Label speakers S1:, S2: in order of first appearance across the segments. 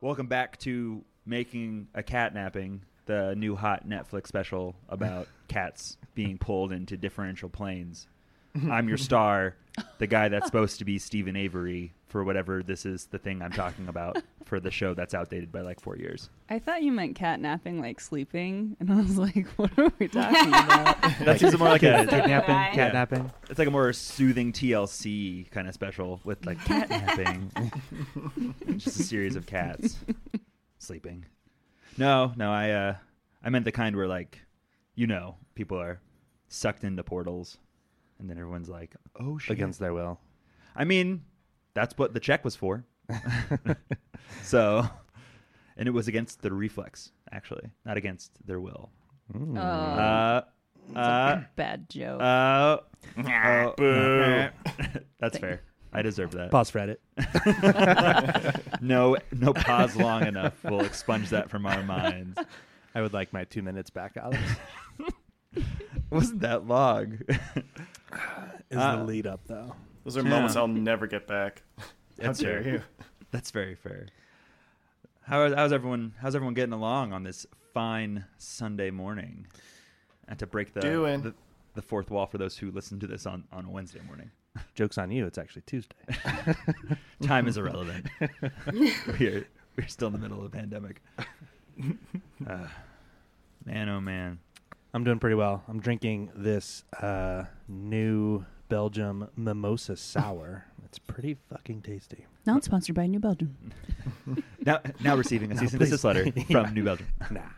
S1: Welcome back to Making a Catnapping, the new hot Netflix special about cats being pulled into differential planes. I'm your star, the guy that's supposed to be Stephen Avery for whatever this is the thing I'm talking about for the show that's outdated by like four years.
S2: I thought you meant catnapping, like sleeping, and I was like, "What are we talking about?"
S1: That seems more like a
S3: Kidnapping,
S1: Yeah.
S3: catnapping.
S1: it's like a more soothing TLC kind of special with like catnapping, just a series of cats sleeping. No, no, I uh, I meant the kind where like, you know, people are sucked into portals, and then everyone's like, oh shit.
S4: against their will.
S1: I mean, that's what the check was for. so, and it was against the reflex actually, not against their will.
S2: Oh,
S1: Uh, uh,
S2: bad joke.
S1: uh, oh.
S4: Boo.
S1: That's fair. I deserve that.
S3: Pause for edit.
S1: No, no pause long enough. We'll expunge that from our minds.
S4: I would like my two minutes back, Alex.
S1: It wasn't that long.
S3: Is
S1: Uh,
S3: the lead up though?
S5: Those are
S1: Yeah.
S5: moments I'll never get back. How
S1: That's
S5: dare
S1: fair.
S5: you?
S1: That's very fair. How, how's everyone? How's everyone getting along on this fine Sunday morning? And to break the
S5: Doing.
S1: the, the fourth wall for those who listen to this on on a Wednesday morning,
S4: Joke's on you. It's actually Tuesday.
S1: time is irrelevant. we're we're still in the middle of the pandemic. Uh, man, oh man.
S4: I'm doing pretty well. I'm drinking this uh, new Belgium mimosa sour. it's pretty fucking tasty.
S2: Not sponsored by New Belgium.
S1: Now now receiving a
S4: No,
S1: cease and desist
S4: please.
S1: letter
S4: Yeah.
S1: from New Belgium.
S4: Nah.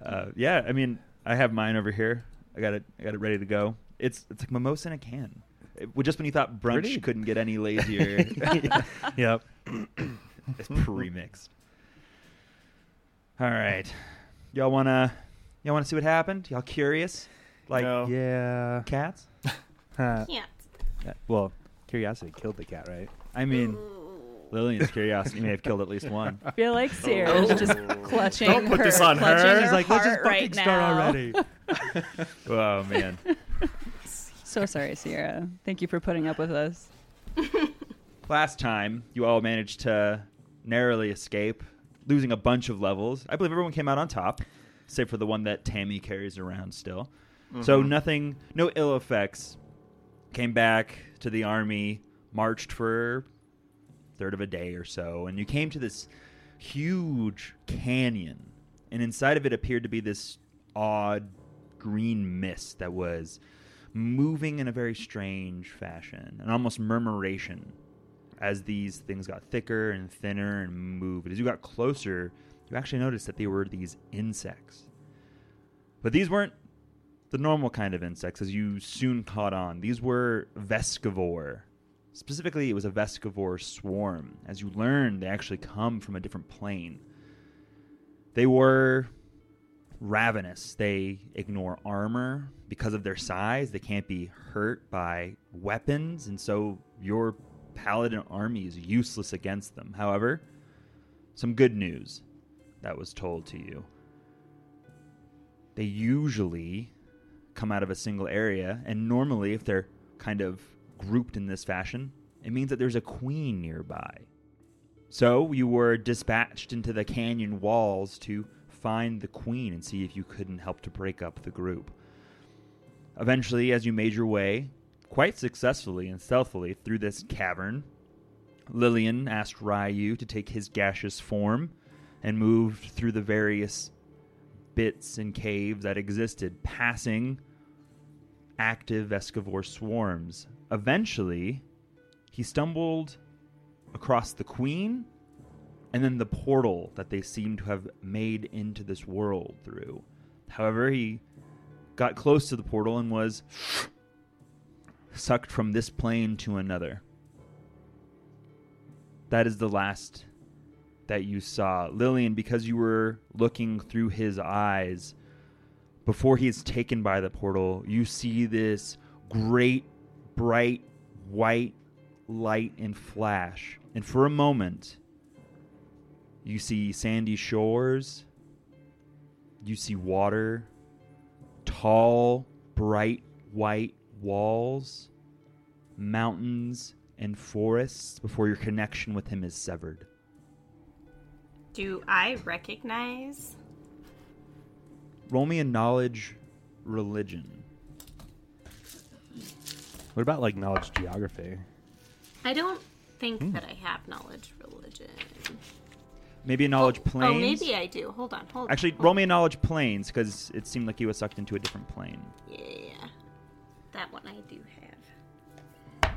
S1: Uh, yeah, I mean, I have mine over here. I got it. I got it ready to go. It's it's like mimosa in a can. It, well, just when you thought brunch
S4: Pretty.
S1: couldn't get any lazier,
S4: Yep.
S1: it's pre-mixed. All right, y'all wanna y'all wanna see what happened? Y'all curious? Like
S5: No.
S4: Oh. Yeah.
S1: cats?
S4: Huh.
S3: Yeah.
S4: Uh, Well, curiosity killed the cat, right?
S1: I mean, Lillian's curiosity may have killed at least one.
S2: I feel like Sarah's just clutching
S5: Don't put
S2: her,
S5: this on
S2: clutching
S5: her.
S2: her
S5: She's
S2: like, heart right now.
S1: Oh man.
S2: So sorry, Sierra. Thank you for putting up with us.
S1: Last time, you all managed to narrowly escape, losing a bunch of levels. I believe everyone came out on top, save for the one that Tammy carries around still. So
S5: Mm-hmm.
S1: nothing, no ill effects. Came back to the army, marched for a third of a day or so, and you came to this huge canyon, and inside of it appeared to be this odd green mist that was moving in a very strange fashion, an almost murmuration as these things got thicker and thinner and moved. As you got closer, you actually noticed that they were these insects. But these weren't the normal kind of insects, as you soon caught on. These were vescivore. Specifically, it was a vescivore swarm. As you learned, they actually come from a different plane. They were ravenous. They ignore armor because of their size. They can't be hurt by weapons, and so your paladin army is useless against them. However, some good news that was told to you. They usually come out of a single area, and normally, if they're kind of grouped in this fashion, it means that there's a queen nearby. So you were dispatched into the canyon walls to find the queen and see if you couldn't help to break up the group. Eventually, as you made your way, quite successfully and stealthily, through this cavern, Lillian asked Ryu to take his gaseous form and moved through the various bits and caves that existed, passing active Escavor swarms. Eventually, he stumbled across the queen and then the portal that they seem to have made into this world through. However, he got close to the portal and was sucked from this plane to another. That is the last that you saw. Lillian, because you were looking through his eyes, before he is taken by the portal, you see this great, bright, white light and flash. And for a moment, you see sandy shores, you see water, tall, bright, white walls, mountains, and forests before your connection with him is severed.
S6: Do I recognize?
S1: Roll me a knowledge religion.
S4: What about like knowledge geography?
S6: I don't think
S1: Hmm.
S6: that I have knowledge religion.
S1: Maybe a knowledge
S6: oh,
S1: planes.
S6: Oh, maybe I do. Hold on, hold on.
S1: Actually,
S6: hold
S1: roll
S6: on.
S1: me a knowledge planes because it seemed like you were sucked into a different plane.
S6: Yeah, that one I do have.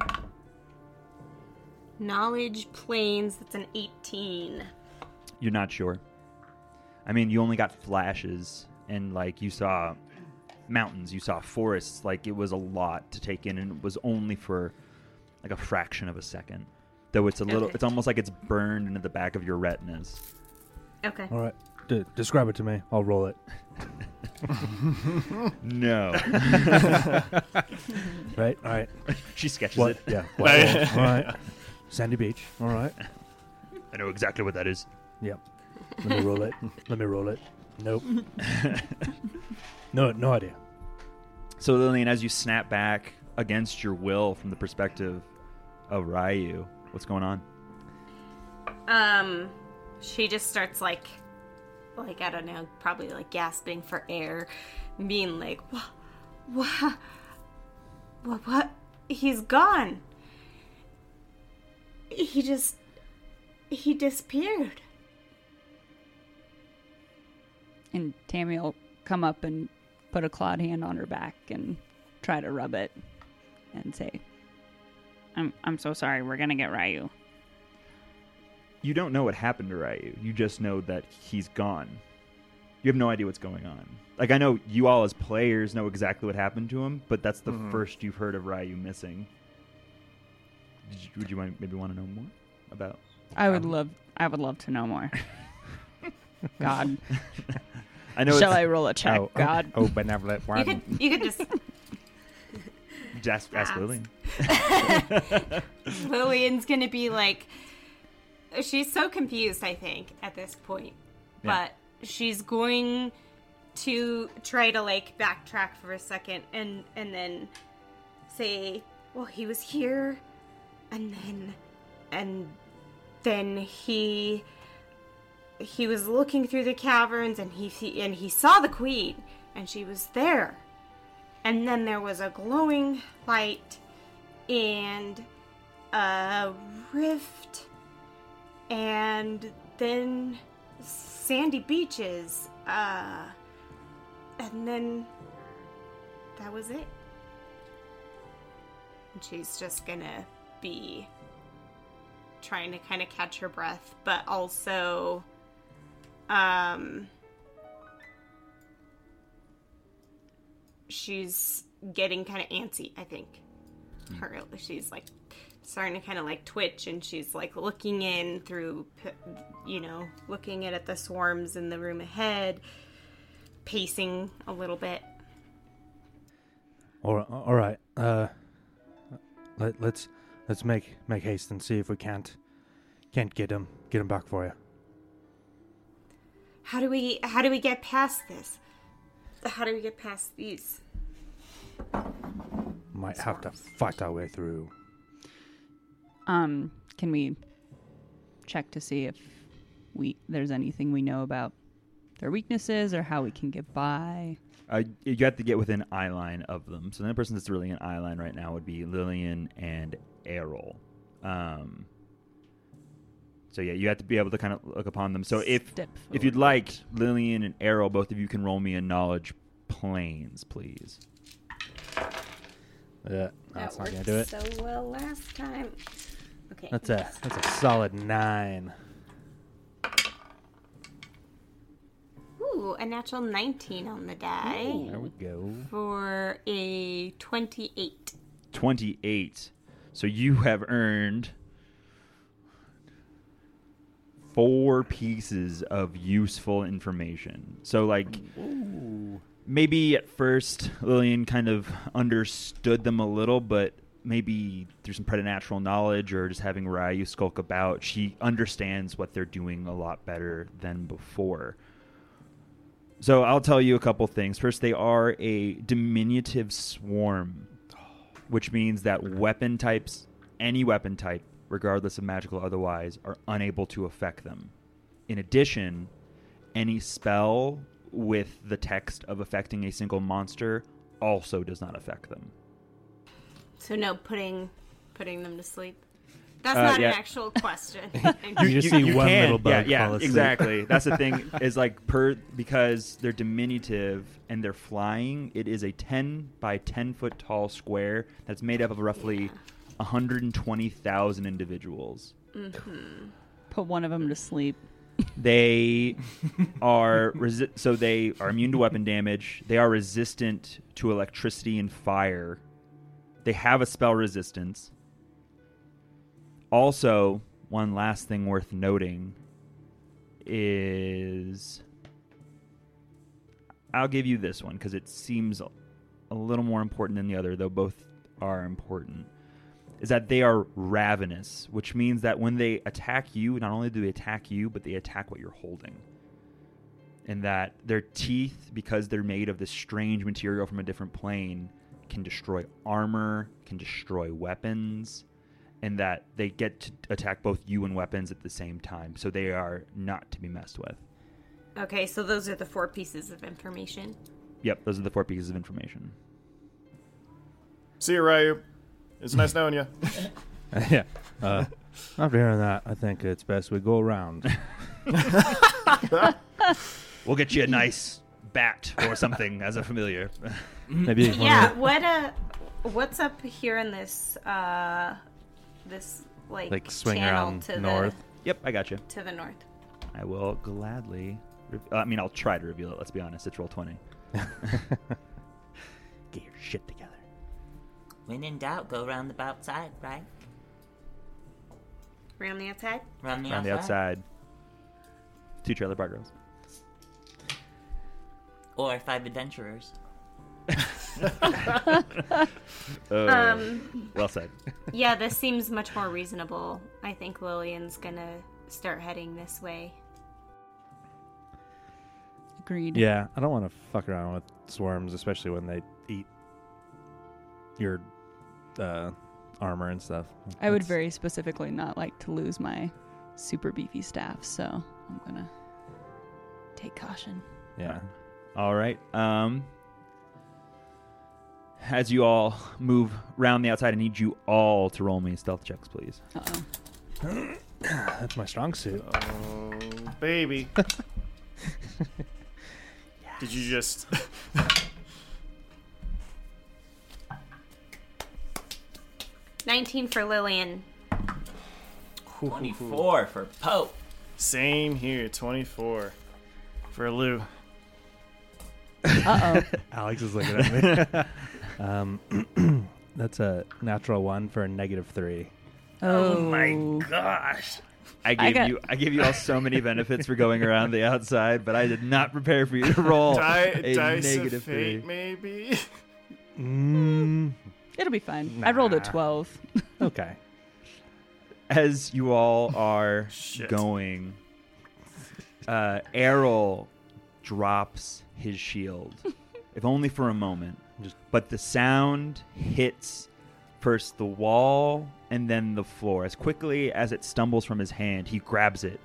S6: Knowledge planes. That's an eighteen.
S1: You're not sure. I mean, you only got flashes, and like you saw mountains, you saw forests. Like it was a lot to take in, and it was only for like a fraction of a second. Though it's a little,
S6: Okay.
S1: it's almost like it's burned into the back of your retinas.
S6: Okay.
S4: All right, D- describe it to me. I'll roll it.
S1: No,
S4: Right. All right.
S1: she sketches
S4: What?
S1: it.
S4: Yeah. What? all right. Sandy Beach. All right.
S1: I know exactly what that is.
S4: Yep. Let me roll it. Let me roll it. Nope. no. No idea.
S1: So Lillian, as you snap back against your will from the perspective of Ryu, what's going on?
S6: Um, she just starts like, like I don't know, probably like gasping for air, being like, what, what, what, what? He's gone. He just, he disappeared.
S2: And Tammy will come up and put a clawed hand on her back and try to rub it and say, I'm, I'm so sorry. We're going to get Ryu.
S1: You don't know what happened to Ryu. You just know that he's gone. You have no idea what's going on. Like I know you all as players know exactly what happened to him, but that's the
S2: Mm-hmm.
S1: first you've heard of Ryu missing. Did you, would you want, maybe want to know more about?
S2: I would love I would love to know more. God.
S1: I know
S2: Shall
S1: it's
S2: I roll a check? God.
S4: Oh, benevolent
S6: You could, you could just,
S1: just ask Lillian.
S6: Lillian's gonna be like, she's so confused. I think at this point,
S1: Yeah.
S6: but she's going to try to like backtrack for a second and and then say well he was here and then and then he he was looking through the caverns and he- he and he saw the queen and she was there and then there was a glowing light and a rift and then sandy beaches uh and then that was it and she's just gonna be trying to kind of catch her breath but also um she's getting kind of antsy i think her she's like starting to kind of like twitch and she's like looking in through p- you know looking at, at the swarms in the room ahead pacing a little bit
S4: All right. All right. Uh, let, let's let's make make haste and see if we can't can't get him get him back for you.
S6: how do we how do we get past this how do we get past these
S4: Might have to fight our way through.
S2: Um, can we check to see if we there's anything we know about their weaknesses or how we can get by?
S1: Uh, you have to get within eye line of them. So the only person that's really in eye line right now would be Lillian and Errol. Um, so yeah, you have to be able to kind of look upon them. So if
S2: Step
S1: if you'd
S2: forward.
S1: like, Lillian and Errol, both of you can roll me a knowledge planes, please.
S4: Yeah, no, that's not gonna do it.
S6: so well last time okay
S4: That's a that's a solid nine.
S6: ooh a natural 19 on the die
S4: There we go.
S6: for a 28
S1: Twenty eight. So you have earned four pieces of useful information. So like. maybe at first Lillian kind of understood them a little, but maybe through some preternatural knowledge or just having Ryu skulk about, she understands what they're doing a lot better than before. So I'll tell you a couple things. First, they are a diminutive swarm, which means that weapon types, any weapon type, regardless of magical or otherwise, are unable to affect them in addition, any spell with the text of affecting a single monster also does not affect them.
S6: So no putting putting them to sleep. That's
S1: Uh,
S6: not
S1: yeah.
S6: an actual question.
S4: You just see one
S1: can.
S4: little bug
S1: yeah, yeah,
S4: fall asleep.
S1: exactly. That's the thing is like per because they're diminutive and they're flying. It is a ten by ten foot tall square that's made up of roughly one hundred and twenty thousand individuals.
S2: Put one of them to sleep.
S1: They are resi- so they are immune to weapon damage. They are resistant to electricity and fire. They have a spell resistance. Also, one last thing worth noting is I'll give you this one because it seems a little more important than the other, though both are important is that they are ravenous, which means that when they attack you, not only do they attack you, but they attack what you're holding. And that their teeth, because they're made of this strange material from a different plane, can destroy armor, can destroy weapons, and that they get to attack both you and weapons at the same time. So they are not to be messed with.
S6: okay, so those are the four pieces of information.
S1: Yep, those are the four pieces of information.
S5: See you, Ryu. It's nice knowing you.
S4: yeah. Uh, after hearing that, I think it's best we go around.
S1: We'll get you a nice bat or something as a familiar.
S4: Maybe one of
S6: Yeah,
S4: the-
S6: what uh what's up here in this uh this like,
S4: like swing
S6: channel
S4: around
S6: to
S4: north.
S1: yep, I got you.
S6: the to the north.
S1: I will gladly. Re- I mean, I'll try to reveal it. Let's be honest. It's roll twenty. Get your shit together.
S7: When in doubt, go round the outside, right?
S6: Around the outside?
S7: Round the
S1: Around the
S7: outside.
S1: outside. Two trailer park girls.
S7: Or five adventurers.
S4: Uh,
S1: Oh,
S6: Um
S1: well said.
S6: yeah, this seems much more reasonable. I think Lillian's gonna start heading this way.
S2: Agreed.
S4: Yeah, I don't want to fuck around with swarms, especially when they eat your uh, armor and stuff.
S2: I would
S4: That's-
S2: very specifically not like to lose my super beefy staff, so I'm gonna take caution.
S4: Yeah.
S1: All right. Um, as you all move round the outside, I need you all to roll me stealth checks, please.
S2: Uh oh.
S4: Uh, That's my strong suit.
S5: Oh, baby. Did you just?
S6: Nineteen for Lillian.
S7: 24 for Pope.
S5: Same here. Twenty-four for Lou.
S2: Uh oh.
S4: Alex is looking at me. um, that's a natural one for a negative three.
S2: Oh my
S5: Gosh.
S1: I
S2: I
S1: gave
S2: got-
S1: you. I gave you all so many benefits for going around the outside, but I did not prepare for you to roll
S5: Di-
S1: a
S5: dice
S1: negative
S5: of fate,
S1: three.
S5: maybe.
S4: Mm,
S2: It'll be fine. I rolled a
S4: Nah.
S2: 12.
S4: okay.
S1: as you all are
S5: Shit.
S1: going, uh, Errol drops his shield, if only for a moment.
S4: Just-
S1: But the sound hits first the wall and then the floor. As quickly as it stumbles from his hand, he grabs it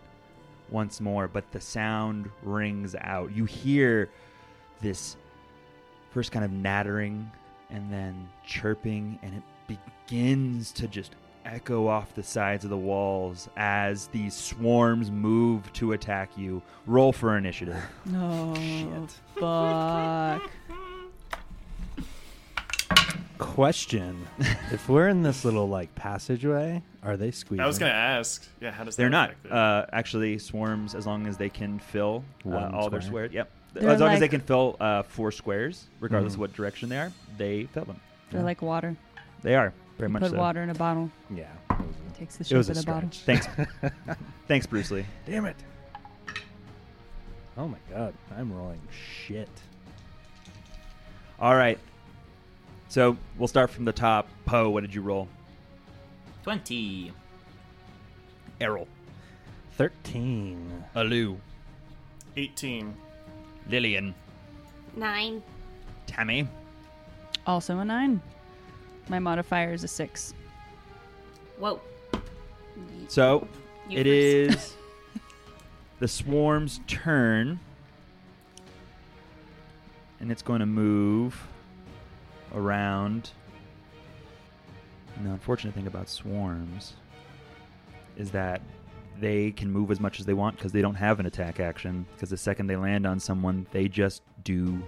S1: once more, but the sound rings out. You hear this first kind of nattering and then chirping, and it begins to just echo off the sides of the walls as these swarms move to attack you. Roll for initiative.
S2: Oh, fuck.
S4: Question: If we're in this little like passageway, are they squeezing?
S5: I was gonna ask. Yeah, how does
S1: They're
S5: that
S1: not
S5: affect it?
S1: uh, actually swarms as long as they can fill uh,
S4: One
S1: all their
S4: square.
S1: squares. Yep.
S2: They're
S1: as long as they
S2: like-
S1: can fill uh, four squares, regardless
S4: Mhm.
S1: of what direction they are, they fill them.
S2: They're like water.
S1: They are very
S2: You
S1: much
S2: put
S1: so.
S2: water in a bottle.
S4: Yeah.
S2: Takes the
S4: It
S2: shape of
S4: was a,
S2: the bottle.
S4: stretch.
S1: Thanks, thanks, Bruce Lee.
S4: Damn it. Oh my god, I'm rolling shit.
S1: All right. So we'll start from the top. Poe, what did you roll?
S7: 20.
S1: Errol.
S4: Thirteen.
S1: Alu.
S5: Eighteen.
S1: Lillian.
S6: Nine.
S1: Tammy.
S2: Also a 9. My modifier is a 6.
S6: Whoa.
S1: So
S6: You
S1: it
S6: first.
S1: is The swarm's turn. And it's going to move around. And the unfortunate thing about swarms is that they can move as much as they want because they don't have an attack action. Because the second they land on someone, they just do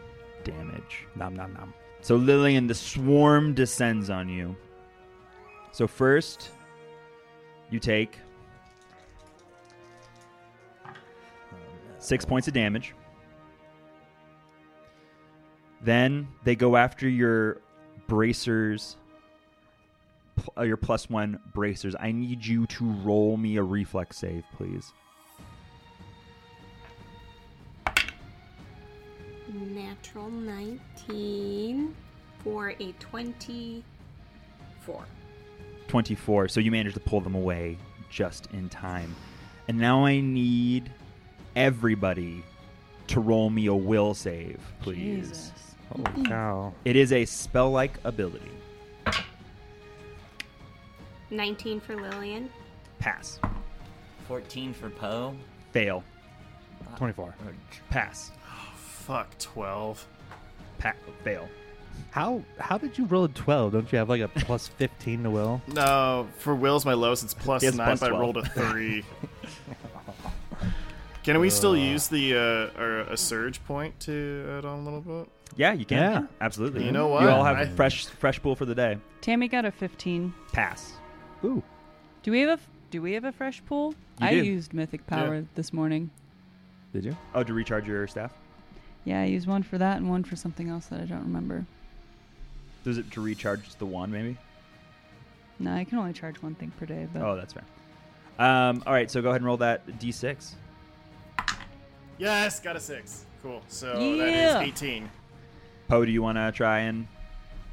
S1: damage.
S4: Nom nom nom.
S1: So, Lillian, the swarm descends on you. So, first, you take six points of damage. Then they go after your bracers, pl- uh, your plus one bracers. I need you to roll me a reflex save, please.
S6: Natural 19 for a 24.
S1: 24. So you manage to pull them away just in time. And now I need everybody to roll me a will save, please.
S2: Jesus.
S4: Holy cow.
S1: It is a spell like ability.
S6: 19 for Lillian.
S1: Pass.
S7: 14 for Poe.
S1: Fail.
S4: 24.
S7: Or
S1: Pass.
S5: Fuck, 12.
S1: Pa- fail.
S4: How how did you roll a 12? Don't you have like a plus 15 to will?
S5: No, for Will's my lowest, it's plus
S1: He has
S5: 9,
S1: plus
S5: but I
S1: 12.
S5: rolled a 3. Can we still use the uh, or a surge point to add on a little bit?
S1: Yeah, you can.
S4: Yeah.
S1: Absolutely.
S5: You know what?
S1: You all have
S5: I-
S1: fresh fresh pool for the day.
S2: Tammy got a 15.
S1: Pass.
S4: Ooh.
S2: Do we have a f- do we have a fresh pool?
S1: You
S2: I
S1: do.
S2: used mythic power this morning.
S8: Did you?
S1: Oh, to recharge your staff?
S2: Yeah, I used one for that and one for something else that I don't remember.
S1: Does it to recharge the wand maybe?
S2: No, I can only charge one thing per day, but
S1: Oh, that's fair. Um, all right, so go ahead and roll that d6.
S5: Yes, got a 6. Cool. So
S2: Yeah.
S5: that is 18.
S1: Poe, do you want to try and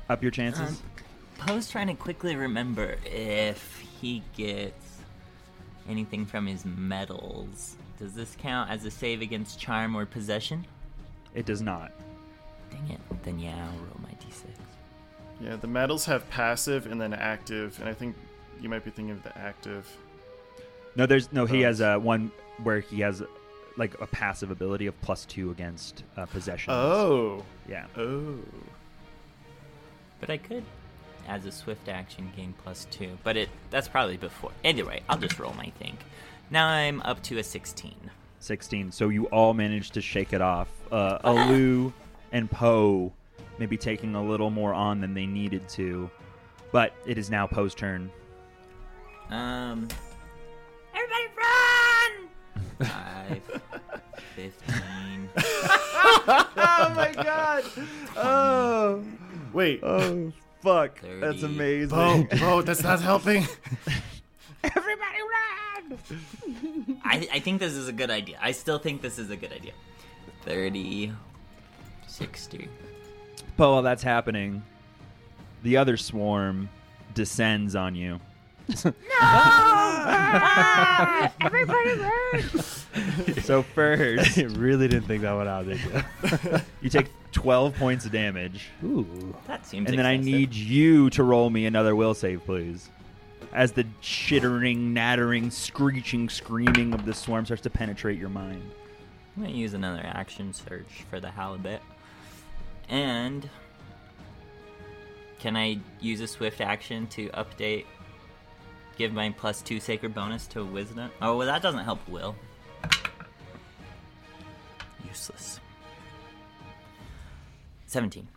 S1: up your chances?
S7: Um, Poe's trying to quickly remember if he gets anything from his medals. Does this count as a save against charm or possession?
S1: it does not.
S7: Dang it. Then yeah, I'll roll my d6.
S5: Yeah, the metals have passive and then active, and I think you might be thinking of the active.
S1: No, there's no. He
S5: Oh.
S1: has uh, one where he has like a passive ability of plus two against uh, possession.
S5: Oh.
S1: yeah.
S5: Oh.
S7: But I could, as a swift action, gain plus two. But it that's probably before. Either way, I'll just roll my thing. Now I'm up to a 16.
S1: 16. So you all managed to shake it off. Uh, Alu and Poe maybe taking a little more on than they needed to, but it is now Poe's turn.
S7: Um,
S6: Everybody run!
S7: 5, 15.
S1: Oh my god! Oh,
S5: Wait.
S1: oh, fuck!
S7: That's amazing.
S5: Oh, oh, that's not helping.
S6: Everybody run!
S7: I, I think this is a good idea. I still think this is a good idea. 30, 60.
S1: Poe, while that's happening, the other swarm descends on you.
S6: Everybody run!
S1: So first,
S4: you really didn't think that one out, did you?
S1: you take 12 points of damage.
S4: Ooh.
S7: That seems
S1: And then I
S7: excessive.
S1: need you to roll me another will save, please. As the chittering, nattering, screeching, screaming of the swarm starts to penetrate your mind.
S7: I'm going to use another action search for the halibut. And. Can I use a swift action to update? Give my plus two sacred bonus to wisdom? Oh, well, that doesn't help Will. Useless. 17.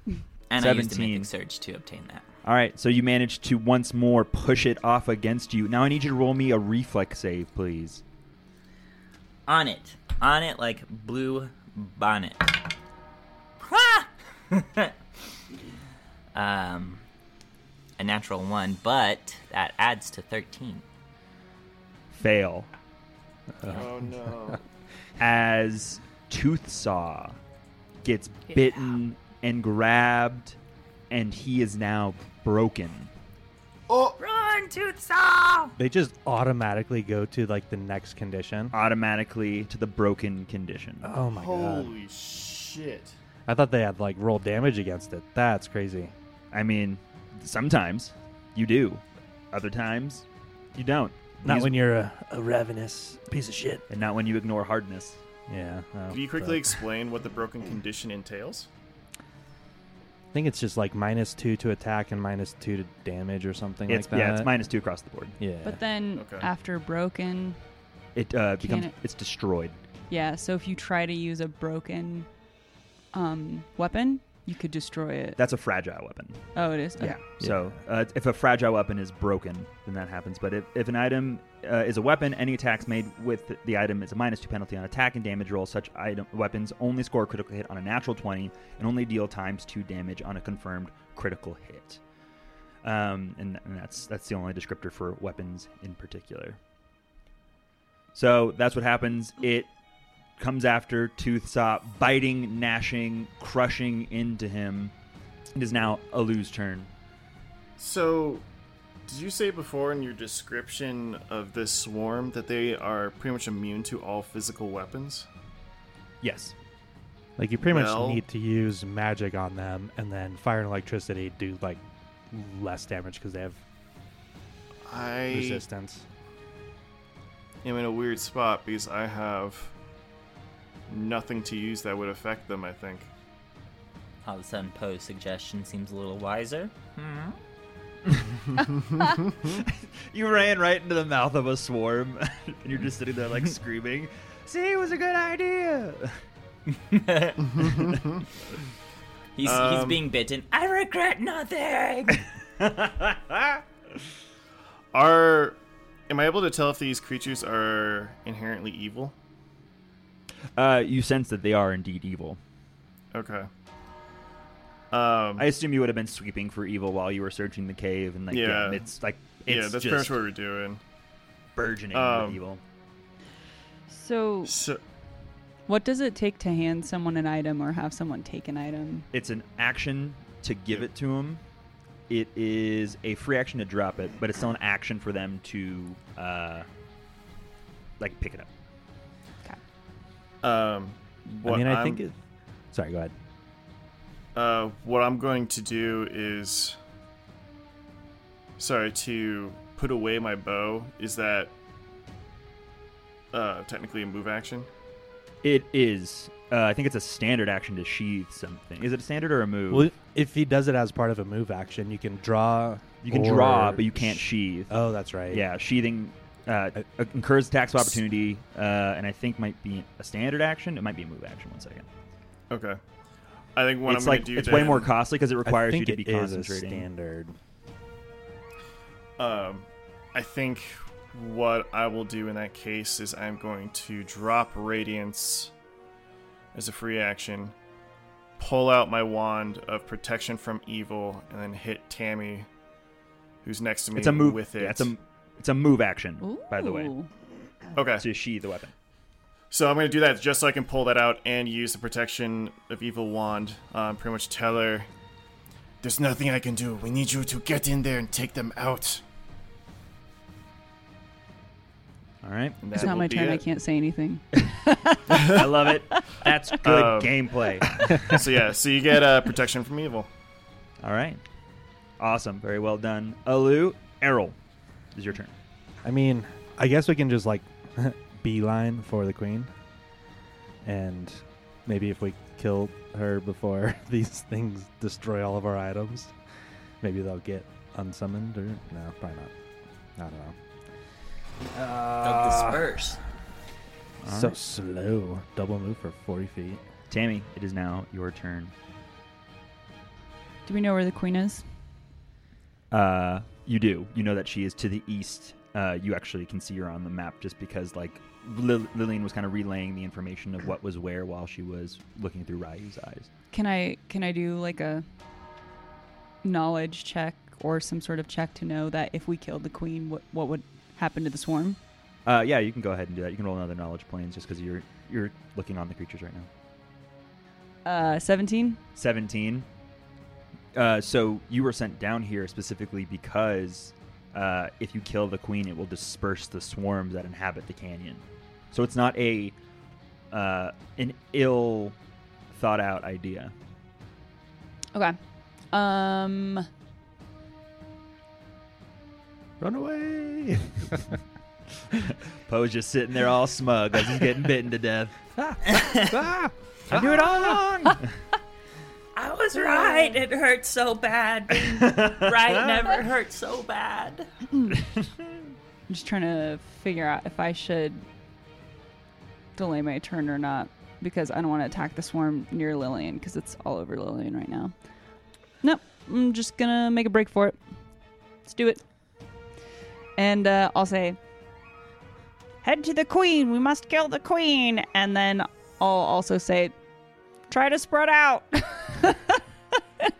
S7: And I used a
S1: 17.
S7: mythic surge to obtain that.
S1: All right, so you manage to once more push it off against you. Now I need you to roll me a reflex save, please.
S7: on it, on it like blue bonnet. Ha! um, a natural one, but that adds to thirteen.
S1: Fail.
S5: Oh no.
S1: As Tooth Saw gets bitten and grabbed, and he is now broken.
S6: Run, Tooth Saw!
S4: They just automatically go to like the next condition.
S1: Automatically to the broken condition.
S4: Oh my god.
S5: Holy shit.
S4: I thought they had like roll damage against it. That's crazy.
S1: I mean, sometimes you do, other times you don't.
S4: Not
S1: Use-
S4: when you're a, a ravenous piece of shit.
S1: and not when you ignore hardness.
S4: Yeah. oh,
S5: Could you quickly
S4: fuck.
S5: explain what the broken condition entails?
S4: I think it's just like minus two to attack and minus two to damage or something
S1: It's,
S4: like that.
S1: yeah, it's minus two across the board.
S4: Yeah.
S2: But then
S5: Okay.
S2: after broken,
S1: It uh, becomes
S2: it-
S1: it's destroyed.
S2: yeah, so if you try to use a broken um, weapon, you could destroy it.
S1: That's a fragile weapon.
S2: oh, it is? Okay.
S1: So uh, if a fragile weapon is broken, then that happens. But if, if an item uh, is a weapon, any attacks made with the item is a minus two penalty on attack and damage rolls. Such item weapons only score a critical hit on a natural twenty and only deal times two damage on a confirmed critical hit. Um, and, and that's that's the only descriptor for weapons in particular. So that's what happens. It comes after Toothsop, biting, gnashing, crushing into him. It is now a lose turn.
S5: So, did you say before in your description of this swarm that they are pretty much immune to all physical weapons?
S1: Yes.
S4: Like you pretty
S5: Well-
S4: much need to use magic on them, and then fire and electricity do like less damage because they have
S5: I
S4: resistance.
S5: am in a weird spot because I have nothing to use that would affect them, I think.
S7: All of a sudden, Poe's suggestion seems a little wiser. Hmm.
S1: You ran right into the mouth of a swarm, and you're just sitting there like screaming. See, it was a good idea.
S7: He's, he's
S5: Um,
S7: being bitten. I regret nothing.
S5: Are. Am I able to tell if these creatures are inherently evil?
S1: Uh, you sense that they are indeed evil.
S5: Okay. Um,
S1: I assume you would have been sweeping for evil while you were searching the cave, and like yeah,
S5: Yeah.
S1: it's like it's
S5: yeah, that's pretty much
S1: just
S5: what we're doing.
S1: burgeoning with
S5: um,
S1: evil.
S2: So,
S5: So,
S2: what does it take to hand someone an item or have someone take an item?
S1: It's an action to give
S5: Yeah.
S1: it to them. It is a free action to drop it, but it's still an action for them to uh, like pick it up.
S5: um, what
S4: I mean, I
S5: I'm-
S4: think. It, sorry, go ahead.
S5: Uh, what I'm going to do is. Sorry, to put away my bow, is that uh, technically a move action?
S1: It is. Uh, I think it's a standard action to sheath something. Is it a standard or a move?
S4: Well, if he does it as part of a move action, you can draw.
S1: you can draw,
S4: or
S1: but you can't
S4: sh-
S1: sheath.
S4: Oh, that's right.
S1: yeah, sheathing uh,
S4: I-
S1: incurs tax of opportunity, uh, and I think might be a standard action. It might be a move action. One second.
S5: Okay. I think what
S1: it's
S5: I'm
S1: like
S5: going to do
S1: it's way
S5: then-
S1: more costly because it
S4: I
S1: requires you
S4: think
S1: to
S4: it
S1: be
S4: is a
S1: concentrating.
S4: standard.
S5: Um, I think what I will do in that case is I'm going to drop Radiance as a free action, pull out my wand of protection from evil, and then hit Tammy, who's next to me,
S1: It's a move.
S5: with it.
S1: Yeah, it's a it's a move action. By the way,
S2: Ooh.
S5: okay.
S1: to sheath the weapon.
S5: So I'm going to do that just so I can pull that out and use the protection of evil wand. Um, pretty much tell her, there's nothing I can do. We need you to get in there and take them out.
S1: All right,
S5: And
S2: It's
S5: that
S2: not
S5: will
S2: my
S5: be
S2: turn. I
S5: it.
S2: can't say anything.
S1: I love it. That's good
S5: Um,
S1: gameplay.
S5: so yeah, so you get uh, protection from evil.
S1: All right, awesome. Very well done, Alu. Errol, is your turn.
S4: I mean, I guess we can just like beeline for the queen, and maybe if we kill her before these things destroy all of our items, maybe they'll get unsummoned or no, probably not. I don't know.
S7: They'll disperse.
S1: All
S4: so
S1: right.
S4: slow. Double move for forty feet.
S1: Tammy, it is now your turn.
S2: Do we know where the queen is?
S1: Uh, you do. You know that she is to the east. Uh, you actually can see her on the map just because, like, Lil- Lillian was kind of relaying the information of what was where while she was looking through Ryu's eyes.
S2: Can I can I do like a knowledge check or some sort of check to know that if we killed the queen, what what would happen to the swarm?
S1: Uh, yeah, you can go ahead and do that. You can roll another knowledge planes just because you're you're looking on the creatures right now.
S2: Uh, seventeen.
S1: 17. Uh, so you were sent down here specifically because uh, if you kill the queen, it will disperse the swarms that inhabit the canyon. So it's not a uh, an ill thought out idea.
S2: Okay. Um,
S4: Run away.
S1: Poe's just sitting there all smug as he's getting bitten to death.
S4: Ah!
S1: I knew it all along.
S7: I was right. It hurt so bad. Being right never hurt so bad.
S2: I'm just trying to figure out if I should delay my turn or not because I don't want to attack the swarm near Lillian because it's all over Lillian right now. Nope, I'm just gonna make a break for it. Let's do it. And uh, I'll say, "Head to the queen. We must kill the queen." And then I'll also say, "Try to spread out." and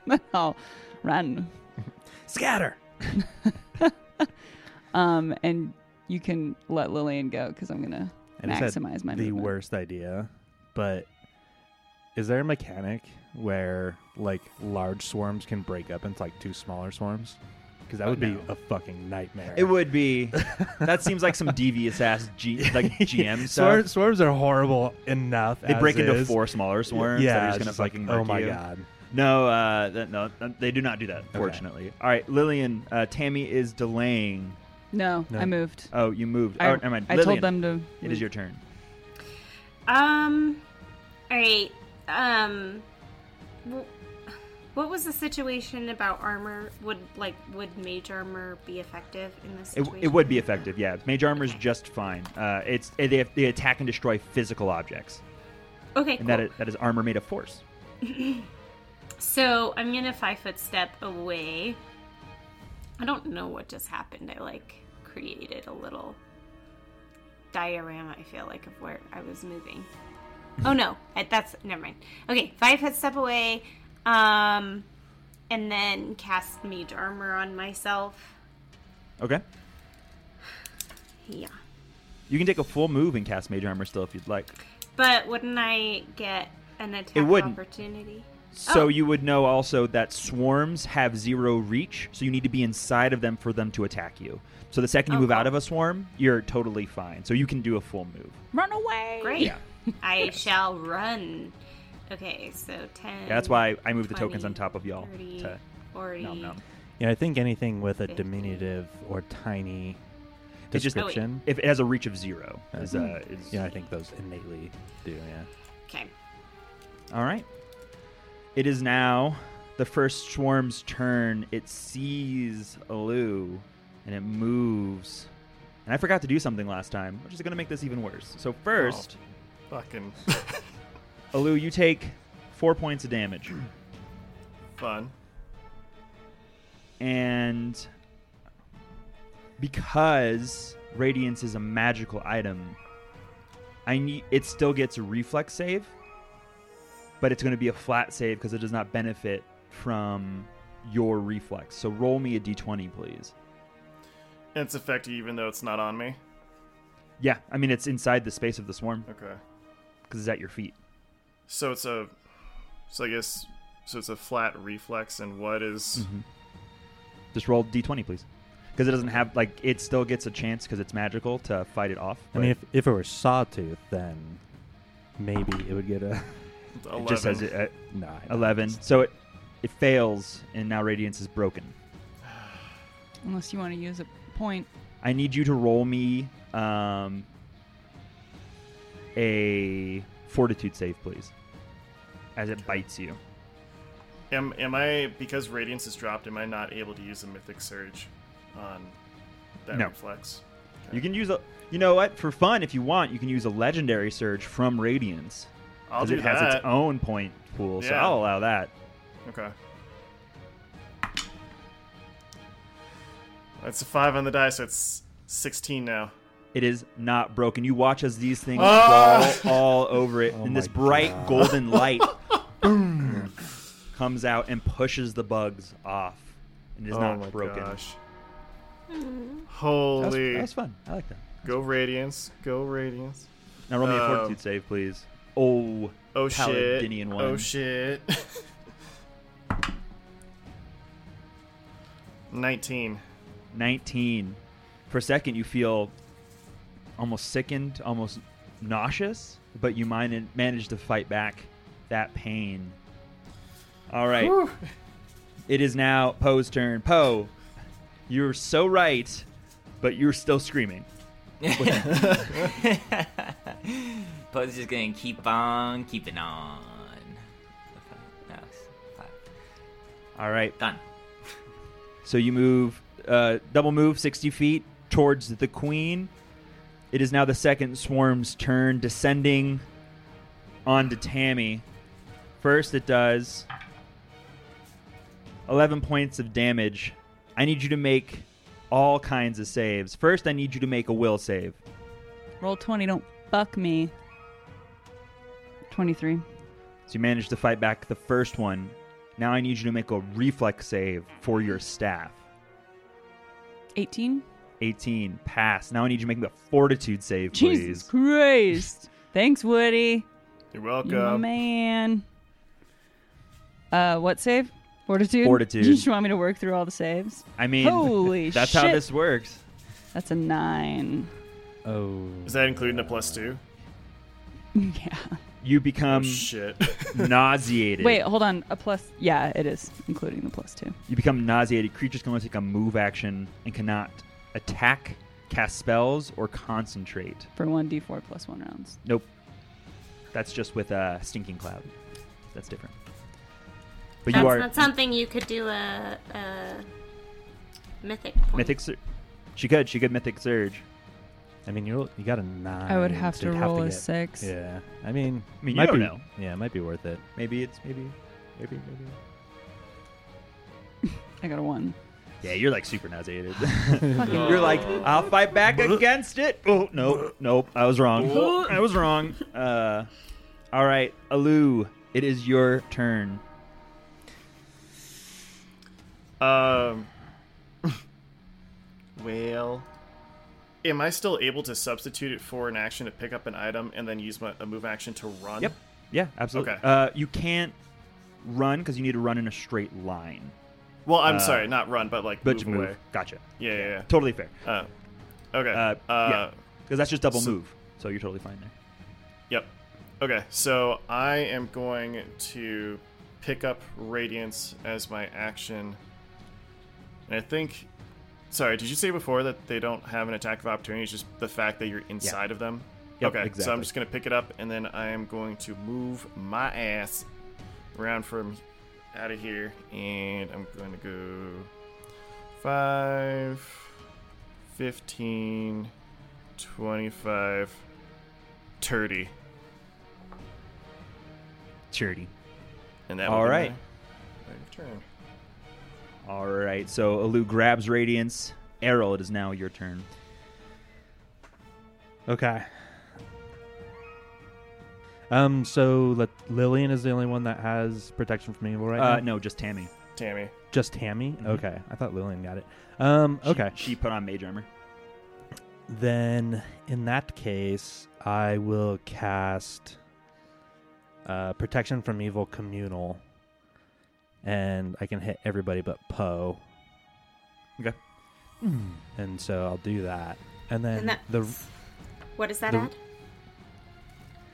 S2: then I'll run.
S3: Scatter.
S2: Um, and you can let Lillian go because I'm gonna
S4: I just had
S2: maximize my
S4: the
S2: movement.
S4: worst idea, but is there a mechanic where like large swarms can break up into like two smaller swarms? Because that would be a fucking nightmare.
S1: it would be. That seems like some devious ass G, like GM
S4: Swar-
S1: stuff.
S4: swarms are horrible enough.
S1: They
S4: as
S1: break into
S4: is.
S1: four smaller swarms.
S4: Yeah,
S1: that are just
S4: it's
S1: gonna
S4: just like,
S1: fucking
S4: oh
S1: murk
S4: my
S1: you.
S4: god.
S1: No, uh, th- no, th- they do not do that. Fortunately. All right, Lillian. Uh, Tammy is delaying.
S2: No,
S4: No.
S2: I moved.
S1: Oh, you moved.
S2: I,
S1: oh, never mind.
S2: I
S1: Lillian,
S2: told them to.
S1: It is your turn.
S6: Um. All right. Um. wh- What was the situation about armor? Would like would mage armor be effective in this
S1: It,
S6: situation?
S1: it would be effective, yeah. Mage armor is just fine. Uh, it's they, have, they attack and destroy physical objects,
S6: Okay.
S1: and
S6: Cool.
S1: that is, that is armor made of force.
S6: So I'm gonna five foot step away. I don't know what just happened. I like created a little diorama. I feel like of where I was moving.
S1: Mm-hmm.
S6: oh no, I- that's never mind. Okay, five foot step away, um, and then cast mage armor on myself.
S1: Okay,
S6: Yeah,
S1: you can take a full move and cast mage armor still if you'd like.
S6: but wouldn't I get an attack
S1: wouldn't.
S6: opportunity?
S1: So
S6: Oh.
S1: you would know also that swarms have zero reach, so you need to be inside of them for them to attack you. So the second you
S6: Oh,
S1: move out
S6: cool.
S1: of a swarm, you're totally fine. So you can do a full move.
S2: Run away!
S6: Great. I shall run. Okay, so ten.
S1: Yeah, that's why I moved the tokens
S6: 20,
S1: on top of y'all
S6: 30,
S1: to
S6: 40.
S1: nom nom.
S4: Yeah, I think anything with a
S6: Fifty.
S4: diminutive or tiny
S1: It just-
S4: description.
S1: If it has a reach of zero, is, uh, is
S4: yeah, I think those innately do. Yeah.
S6: Okay.
S1: All right. It is now the first swarm's turn. It sees Alu and it moves. And I forgot to do something last time, which is going to make this even worse. So, first,
S5: Fucking
S4: Oh.
S1: Alu, you take four points of damage.
S5: fun.
S1: And because Radiance is a magical item, I need it still gets a reflex save, but it's going to be a flat save because it does not benefit from your reflex. So roll me a d20, please.
S5: And it's effective even though it's not on me.
S1: Yeah, I mean it's inside the space of the swarm
S5: Okay.
S1: because it's at your feet.
S5: So it's a. So I guess. So it's a flat reflex, and what is-
S1: Just roll d20, please, because it doesn't have like it still gets a chance because it's magical to fight it off.
S4: I mean, if, if it were sawtooth, then maybe it would get a
S5: it's
S1: but
S5: 11.
S1: it just says it, uh,
S4: no. I know.
S1: 11. So it it fails, and now Radiance is broken.
S2: Unless you want to use a point.
S1: I need you to roll me um, a Fortitude save, please, as it bites you.
S5: Am, am I because radiance is dropped? Am I not able to use a mythic surge on that
S1: No.
S5: reflex?
S1: You can use a, you know what, for fun if you want, you can use a Legendary Surge from Radiance
S5: I'll do
S1: it
S5: that.
S1: has its own point pool. So
S5: Yeah.
S1: I'll allow that.
S5: Okay. That's a five on the die, so it's sixteen now.
S1: It is not broken. You watch as these things
S5: Ah!
S1: fall all over it,
S4: Oh
S1: and this
S4: my
S1: bright
S4: God.
S1: golden light boom, comes out and pushes the bugs off, and is
S5: oh my
S1: not broken.
S5: gosh!
S1: That was,
S5: Holy!
S1: that was fun. I like that.
S5: Go radiance! Go radiance!
S1: Now roll me a
S5: Um,
S1: fortitude save, please. Oh,
S5: Oh shit!
S1: Paladinian one.
S5: Oh shit! Nineteen.
S1: 19. For a second, you feel almost sickened, almost nauseous, but you min- manage to fight back that pain. All right. It is now Poe's turn. Poe, you're so right, but you're still screaming.
S7: Poe's just gonna keep on keeping on. Okay, that was five.
S1: All right.
S7: Done.
S1: So you move, uh, double move 60 feet towards the queen. It is now the second swarm's turn, descending onto Tammy. First, it does 11 points of damage. I need you to make all kinds of saves. First, I need you to make a will save.
S2: Roll 20, don't fuck me. 23.
S1: So you managed to fight back the first one. Now I need you to make a reflex save for your staff.
S2: 18.
S1: 18, pass. Now I need you to make me a fortitude save, please.
S2: Jesus Christ. Thanks, Woody.
S5: You're
S2: You my
S5: welcome.
S2: man. Uh, what save? Fortitude.
S1: Fortitude.
S2: You just want me to work through all the saves?
S1: I mean,
S2: Holy
S1: that's how
S2: shit.
S1: this works.
S2: That's a nine.
S4: Oh.
S5: Is that including the plus two?
S2: yeah.
S1: You become
S5: Shit.
S1: nauseated.
S2: Wait, hold on. A plus. Yeah, it is, including the plus two.
S1: You become nauseated. Creatures can only take a move action and cannot attack, cast spells, or concentrate.
S2: For 1d4 plus one rounds.
S1: Nope. That's just with uh, Stinking Cloud. That's different. But
S6: That's
S1: you are
S6: not something you could do a, a mythic point.
S1: Mythic Sur- She could. She could Mythic Surge.
S4: I mean, you you got a nine.
S2: I would have
S4: so
S2: to
S4: you'd
S2: roll a
S4: get-
S2: six.
S4: Yeah. I mean,
S1: I mean, you
S4: might
S1: don't
S4: be-
S1: know.
S4: Yeah, it might be worth it.
S1: Maybe it's. Maybe. Maybe. Maybe.
S2: I got a one.
S1: Yeah, you're like super nauseated.
S2: Fucking-
S1: You're like, I'll fight back against it. Oh no, nope, I was wrong. I was wrong. Uh, all right, Alu, it is your turn.
S5: Um. Well, am I still able to substitute it for an action to pick up an item and then use my, a move action to run?
S1: Yep. Yeah, absolutely.
S5: Okay.
S1: Uh, you can't run because you need to run in a straight line.
S5: Well, I'm
S1: Uh,
S5: sorry, not run, but like
S1: But
S5: move
S1: you move.
S5: away.
S1: Gotcha.
S5: Yeah, yeah,
S1: Totally fair.
S5: yeah. Uh, okay.
S1: Uh, yeah. Because that's just double
S5: So-
S1: move. So you're totally fine there.
S5: Yep. Okay, so I am going to pick up Radiance as my action. And I think. Sorry, did you say before that they don't have an attack of opportunity? It's just the fact that you're inside of them?
S1: Yep,
S5: okay, so I'm
S1: exactly.
S5: just going to pick it up, and then I am going to move my ass around from out of here, and I'm going to go 5, 15, 25, 30.
S1: Charity.
S5: And that
S1: All
S5: will be
S1: right.
S5: my- my turn.
S1: All right, so Alu grabs Radiance. Errol, it is now your turn.
S4: Okay. Um. So let, Lillian is the only one that has protection from evil right
S1: Uh,
S4: now.
S1: no, just Tammy.
S5: Tammy.
S4: Just Tammy. Okay. I thought Lillian got it. Um.
S1: She-
S4: Okay.
S1: She put on mage armor.
S4: Then in that case, I will cast uh, protection from evil communal, and I can hit everybody but Poe.
S1: Okay.
S4: And so I'll do that, and then
S6: And that,
S4: the
S6: what does that
S4: the-
S6: add?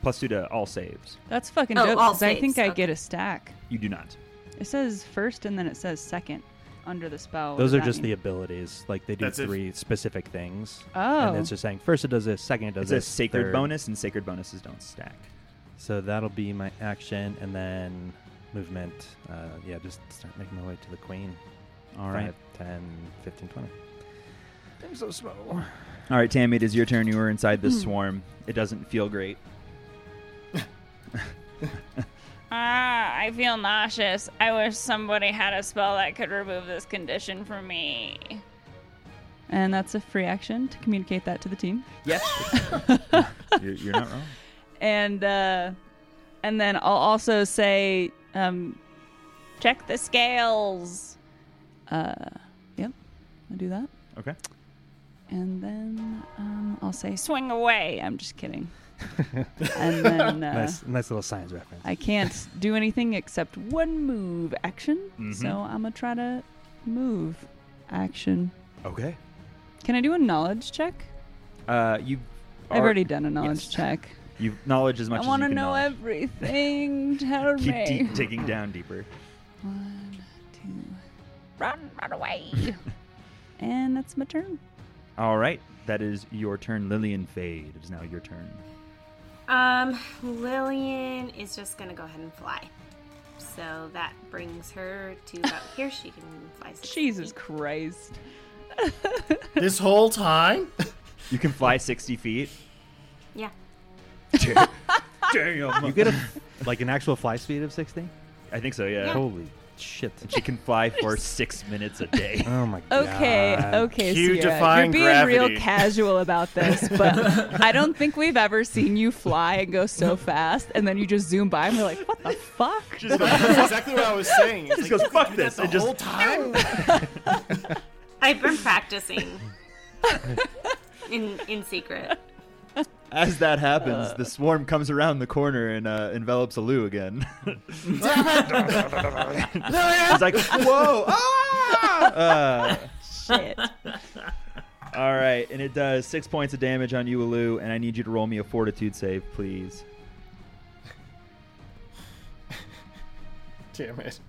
S1: Plus two to all saves.
S2: That's fucking
S6: Oh,
S2: dope.
S6: all
S2: 'cause I think
S6: saves,
S2: I get a stack.
S1: You do not.
S2: It says first and then it says second under the spell. What
S4: those
S2: does
S4: are
S2: that
S4: just the
S2: mean?
S4: abilities. Like they do
S5: That's if-
S4: three specific things,
S2: Oh.
S4: and it's just saying first it does this, second it does
S1: It's a
S4: this,
S1: sacred
S4: third.
S1: bonus, and sacred bonuses don't stack.
S4: So that'll be my action, and then movement. Uh, yeah, just start making my way to the queen.
S1: All right.
S4: 5, 10, 15, 20. I'm so slow.
S1: All right, Tammy, it is your turn. You are inside
S2: Hmm.
S1: this swarm. It doesn't feel great.
S8: Ah, I feel nauseous. I wish somebody had a spell that could remove this condition from me.
S2: And that's a free action to communicate that to the team.
S1: Yes. you're, you're not wrong.
S2: And uh, and then I'll also say um,
S8: Check the scales.
S2: uh, yep, I'll do that.
S1: Okay.
S2: And then um, I'll say swing.
S8: Swing away.
S2: I'm just kidding. and then uh,
S4: nice, nice little science reference.
S2: I can't do anything except one move action.
S1: Mhm.
S2: So I'm gonna try to move action.
S1: Okay.
S2: Can I do a knowledge check?
S1: Uh, you.
S2: I've
S1: are-
S2: already done a knowledge
S1: yes.
S2: check.
S1: You knowledge as much.
S2: I
S1: want to
S2: know
S1: Knowledge.
S2: everything. Tell
S1: Keep
S2: me.
S1: deep, digging down deeper.
S2: One, two,
S8: Run, run away.
S2: and that's my turn.
S1: All right, that is your turn, Lillian Fade. It is now your turn.
S6: Um, Lillian is just gonna go ahead and fly. So that brings her to about here. She can fly. six
S2: Jesus
S6: feet.
S2: Christ.
S5: this whole time?
S1: You can fly 60 feet.
S6: Yeah.
S1: Damn.
S4: You get a, like an actual fly speed of 60?
S1: I think so, yeah.
S4: Holy shit.
S1: She can fly for six minutes a day.
S4: Oh my god.
S2: Okay, okay,
S5: Cue
S2: Sierra. You're
S5: defying
S2: being
S5: gravity.
S2: real casual about this, but I don't think we've ever seen you fly and go so fast, and then you just zoom by and we're like, what the fuck?
S5: That's exactly what I was saying. It's
S1: She
S5: like,
S1: goes, fuck this.
S5: the
S1: And just
S5: whole time?
S6: I've been practicing in in secret.
S1: as that happens, the swarm comes around the corner and uh, envelops Alu again. It's like, whoa! Ah! Uh,
S2: Shit.
S1: all right, and it does six points of damage on you, Alu, and I need you to roll me a fortitude save, please.
S5: Damn it.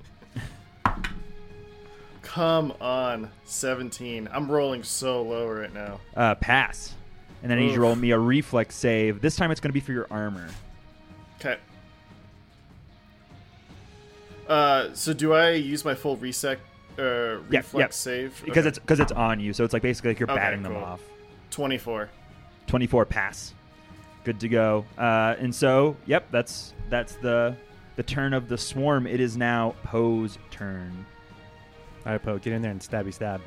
S5: Come on, 17. I'm rolling so low right now.
S1: Uh, pass. And then I need you to
S5: Oof.
S1: roll me a reflex save. This time it's going to be for your armor.
S5: Okay. Uh, so do I use my full reset, uh, reflex
S1: yeah.
S5: save?
S1: Because
S5: Okay.
S1: it's because it's on you, so it's like basically like you're
S5: Okay,
S1: batting them
S5: cool.
S1: off.
S5: 24.
S1: 24 pass. Good to go. Uh, and so, yep, that's that's the the turn of the swarm. It is now Poe's turn.
S4: All right, Poe, get in there and stabby stab.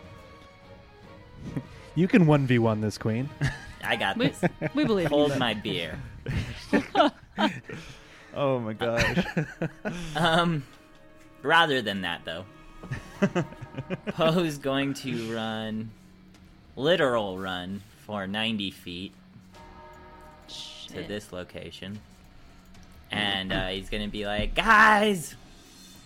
S4: you can 1v1 this queen.
S7: I got
S2: We,
S7: this.
S2: we believe you.
S7: Hold my beer.
S1: Oh my gosh.
S7: Um, rather than that, though, Poe's going to run, literal run, for 90 feet to
S2: Shit.
S7: this location. And uh, he's going to be like, guys,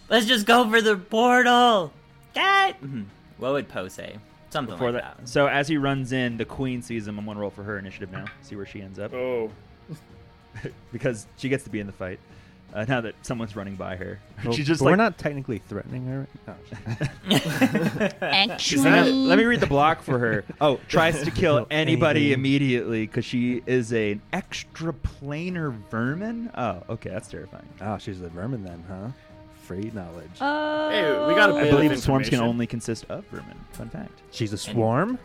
S7: let's just go for the portal. That. Mhm. What would Poe say? Something
S1: For
S7: like
S1: that.
S7: that.
S1: So as he runs in, the queen sees him. I'm one roll for her initiative now. See where she ends up
S5: Oh.
S1: because she gets to be in the fight. Uh, now that someone's running by her,
S4: Well,
S1: she's just
S4: but we're
S1: like,
S4: not technically threatening her. No.
S1: She's like, let me read the block for her. Oh, tries to kill
S4: Kill
S1: anybody
S4: anything.
S1: immediately because she is an extraplanar vermin. Oh, okay, that's terrifying.
S4: Oh, she's a vermin then, huh? Free knowledge.
S2: Oh.
S5: Hey, we got a
S1: I
S5: bit
S1: believe
S5: of
S1: swarms can
S5: information.
S1: only consist of vermin. Fun fact.
S4: she's a swarm?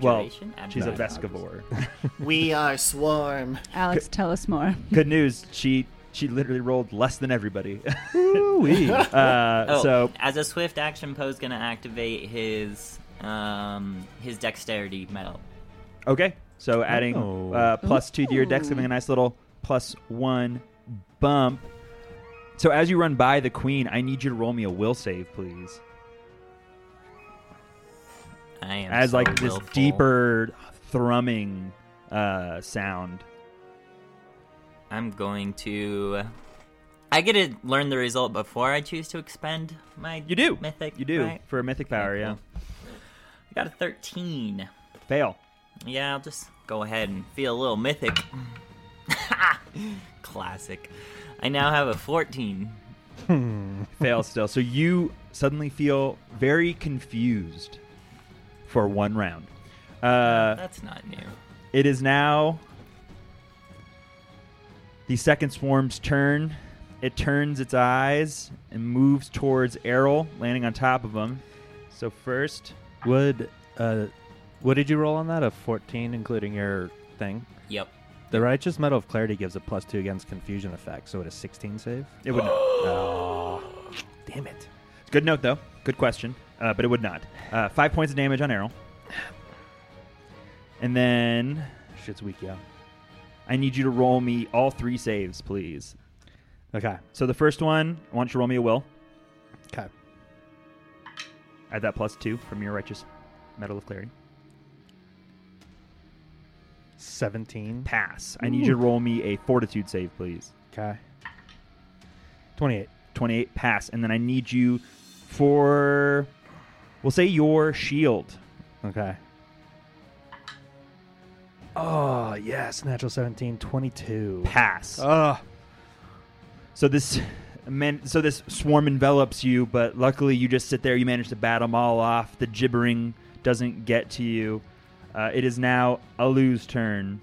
S1: Well,
S7: Abjuration?
S1: she's a
S7: Abjuration.
S1: vescivore.
S5: We are swarm.
S2: Alex, tell us more.
S1: Good news. She she literally rolled less than everybody.
S4: Ooh-wee.
S1: Uh,
S7: Oh,
S1: So
S7: as a swift action, Poe's gonna activate his um his dexterity medal.
S1: okay. So adding
S4: Oh.
S1: uh, plus two to your dex, giving a nice little plus one bump. So as you run by the queen, I need you to roll me a will save, please.
S7: I am
S1: as
S7: so
S1: like this
S7: willful.
S1: deeper thrumming uh, sound.
S7: I'm going to. I get to learn the result before I choose to expend my.
S1: You do.
S7: mythic.
S1: You do
S7: right?
S1: for a mythic power. Yeah.
S7: I got a thirteen.
S1: Fail.
S7: Yeah, I'll just go ahead and feel a little mythic. Classic. I now have a fourteen.
S1: fail still. So you suddenly feel very confused for one round. Uh,
S7: That's not new.
S1: it is now the second swarm's turn. It turns its eyes and moves towards Errol, landing on top of him. So first,
S4: Would uh, what did you roll on that? A fourteen, including your thing.
S7: Yep.
S4: The righteous metal of clarity gives a plus two against confusion effect, so it is sixteen save.
S1: it would not.
S4: Ah. Damn it!
S1: Good note though. Good question, uh, but it would not. Uh, five points of damage on Errol, and then
S4: Shit's weak, yeah.
S1: I need you to roll me all three saves, please.
S4: Okay,
S1: So the first one, I want you to roll me a will.
S4: okay.
S1: Add that plus two from your righteous medal of clarity.
S4: Seventeen.
S1: Pass. I need you to roll me a fortitude save, please.
S4: Okay. Twenty-eight.
S1: Twenty-eight. Pass. And then I need you for, we'll say your shield.
S4: Okay. Oh yes, natural 17, 22.
S1: Pass.
S4: Oh,
S1: So this, man, so this swarm envelops you, but luckily you just sit there. You manage to bat them all off. The gibbering doesn't get to you. Uh, it is now Alu's turn.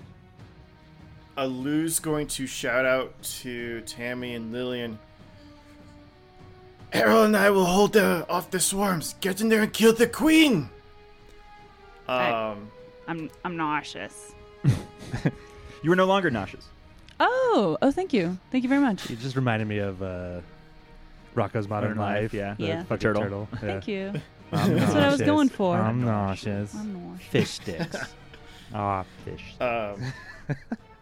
S5: Alu's going to shout out to Tammy and Lillian. Errol and I will hold the, off the swarms. Get in there and kill the queen. Um,
S8: I'm I'm nauseous.
S1: You are no longer nauseous.
S2: Oh, oh, thank you, thank you very much.
S4: It just reminded me of uh, Rocco's Modern,
S1: Modern Life,
S4: Life.
S1: yeah.
S4: The
S2: Yeah.
S4: fucking
S1: Turtle.
S4: turtle.
S2: Thank you.
S4: I'm
S2: That's what I was
S4: nauseous.
S2: going for.
S4: I'm nauseous.
S2: I'm nauseous.
S4: Fish sticks. Ah, fish.
S5: um,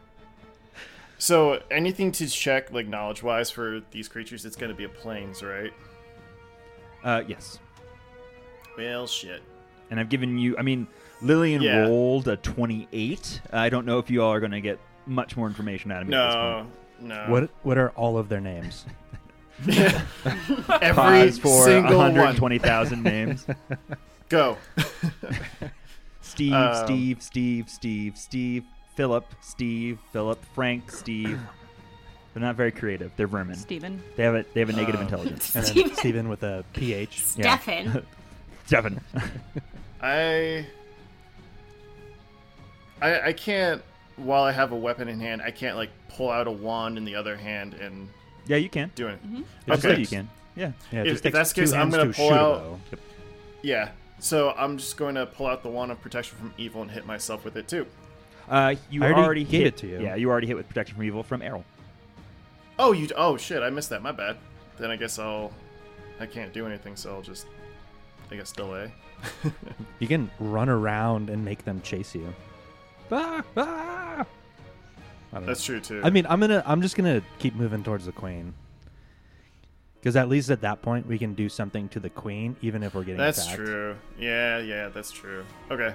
S5: so anything to check, like knowledge wise, for these creatures, it's going to be a planes, right?
S1: Uh, yes.
S5: Well, shit.
S1: And I've given you, I mean, Lillian
S5: Yeah.
S1: rolled a 28. I don't know if you all are going to get much more information out of me at this point.
S5: No, no.
S4: What what are all of their names?
S5: Every
S1: Pause for
S5: single one.
S1: 120,000 names.
S5: Go.
S1: Steve,
S5: Um,
S1: Steve, Steve, Steve, Steve, Philip, Steve, Philip, Frank, Steve. They're not very creative. They're vermin.
S2: Steven.
S1: They have a they have a negative
S5: Um,
S1: intelligence.
S4: And then Steven with a PH.
S1: Yeah.
S6: Stefan.
S1: Seven.
S5: I, I I can't while I have a weapon in hand, I can't like pull out a wand in the other hand and
S1: yeah, you can.
S5: do it.
S1: Yeah, Just
S5: Okay.
S1: like you can. Yeah.
S4: Yeah, it
S5: If- if
S4: just takes
S5: that's the
S4: two
S5: case, I'm
S4: hands
S5: gonna
S4: to
S5: pull
S4: shoot,
S5: out-
S4: though.
S5: Yeah. So I'm just going to pull out the wand of protection from evil and hit myself with it too.
S1: Uh, you
S4: I already gave
S1: hit
S4: it to you.
S1: Yeah, you already hit with protection from evil from Errol.
S5: Oh, you oh shit, I missed that. My bad. Then I guess I'll I can't do anything, so I'll just I guess delay.
S4: You can run around and make them chase you. Ah, ah. I don't know.
S5: That's true too.
S4: I mean, I'm gonna. I'm just gonna keep moving towards the queen. Because at least at that point, we can do something to the queen, even if we're getting.
S5: that's
S4: attacked.
S5: true. Yeah, yeah, that's true. Okay.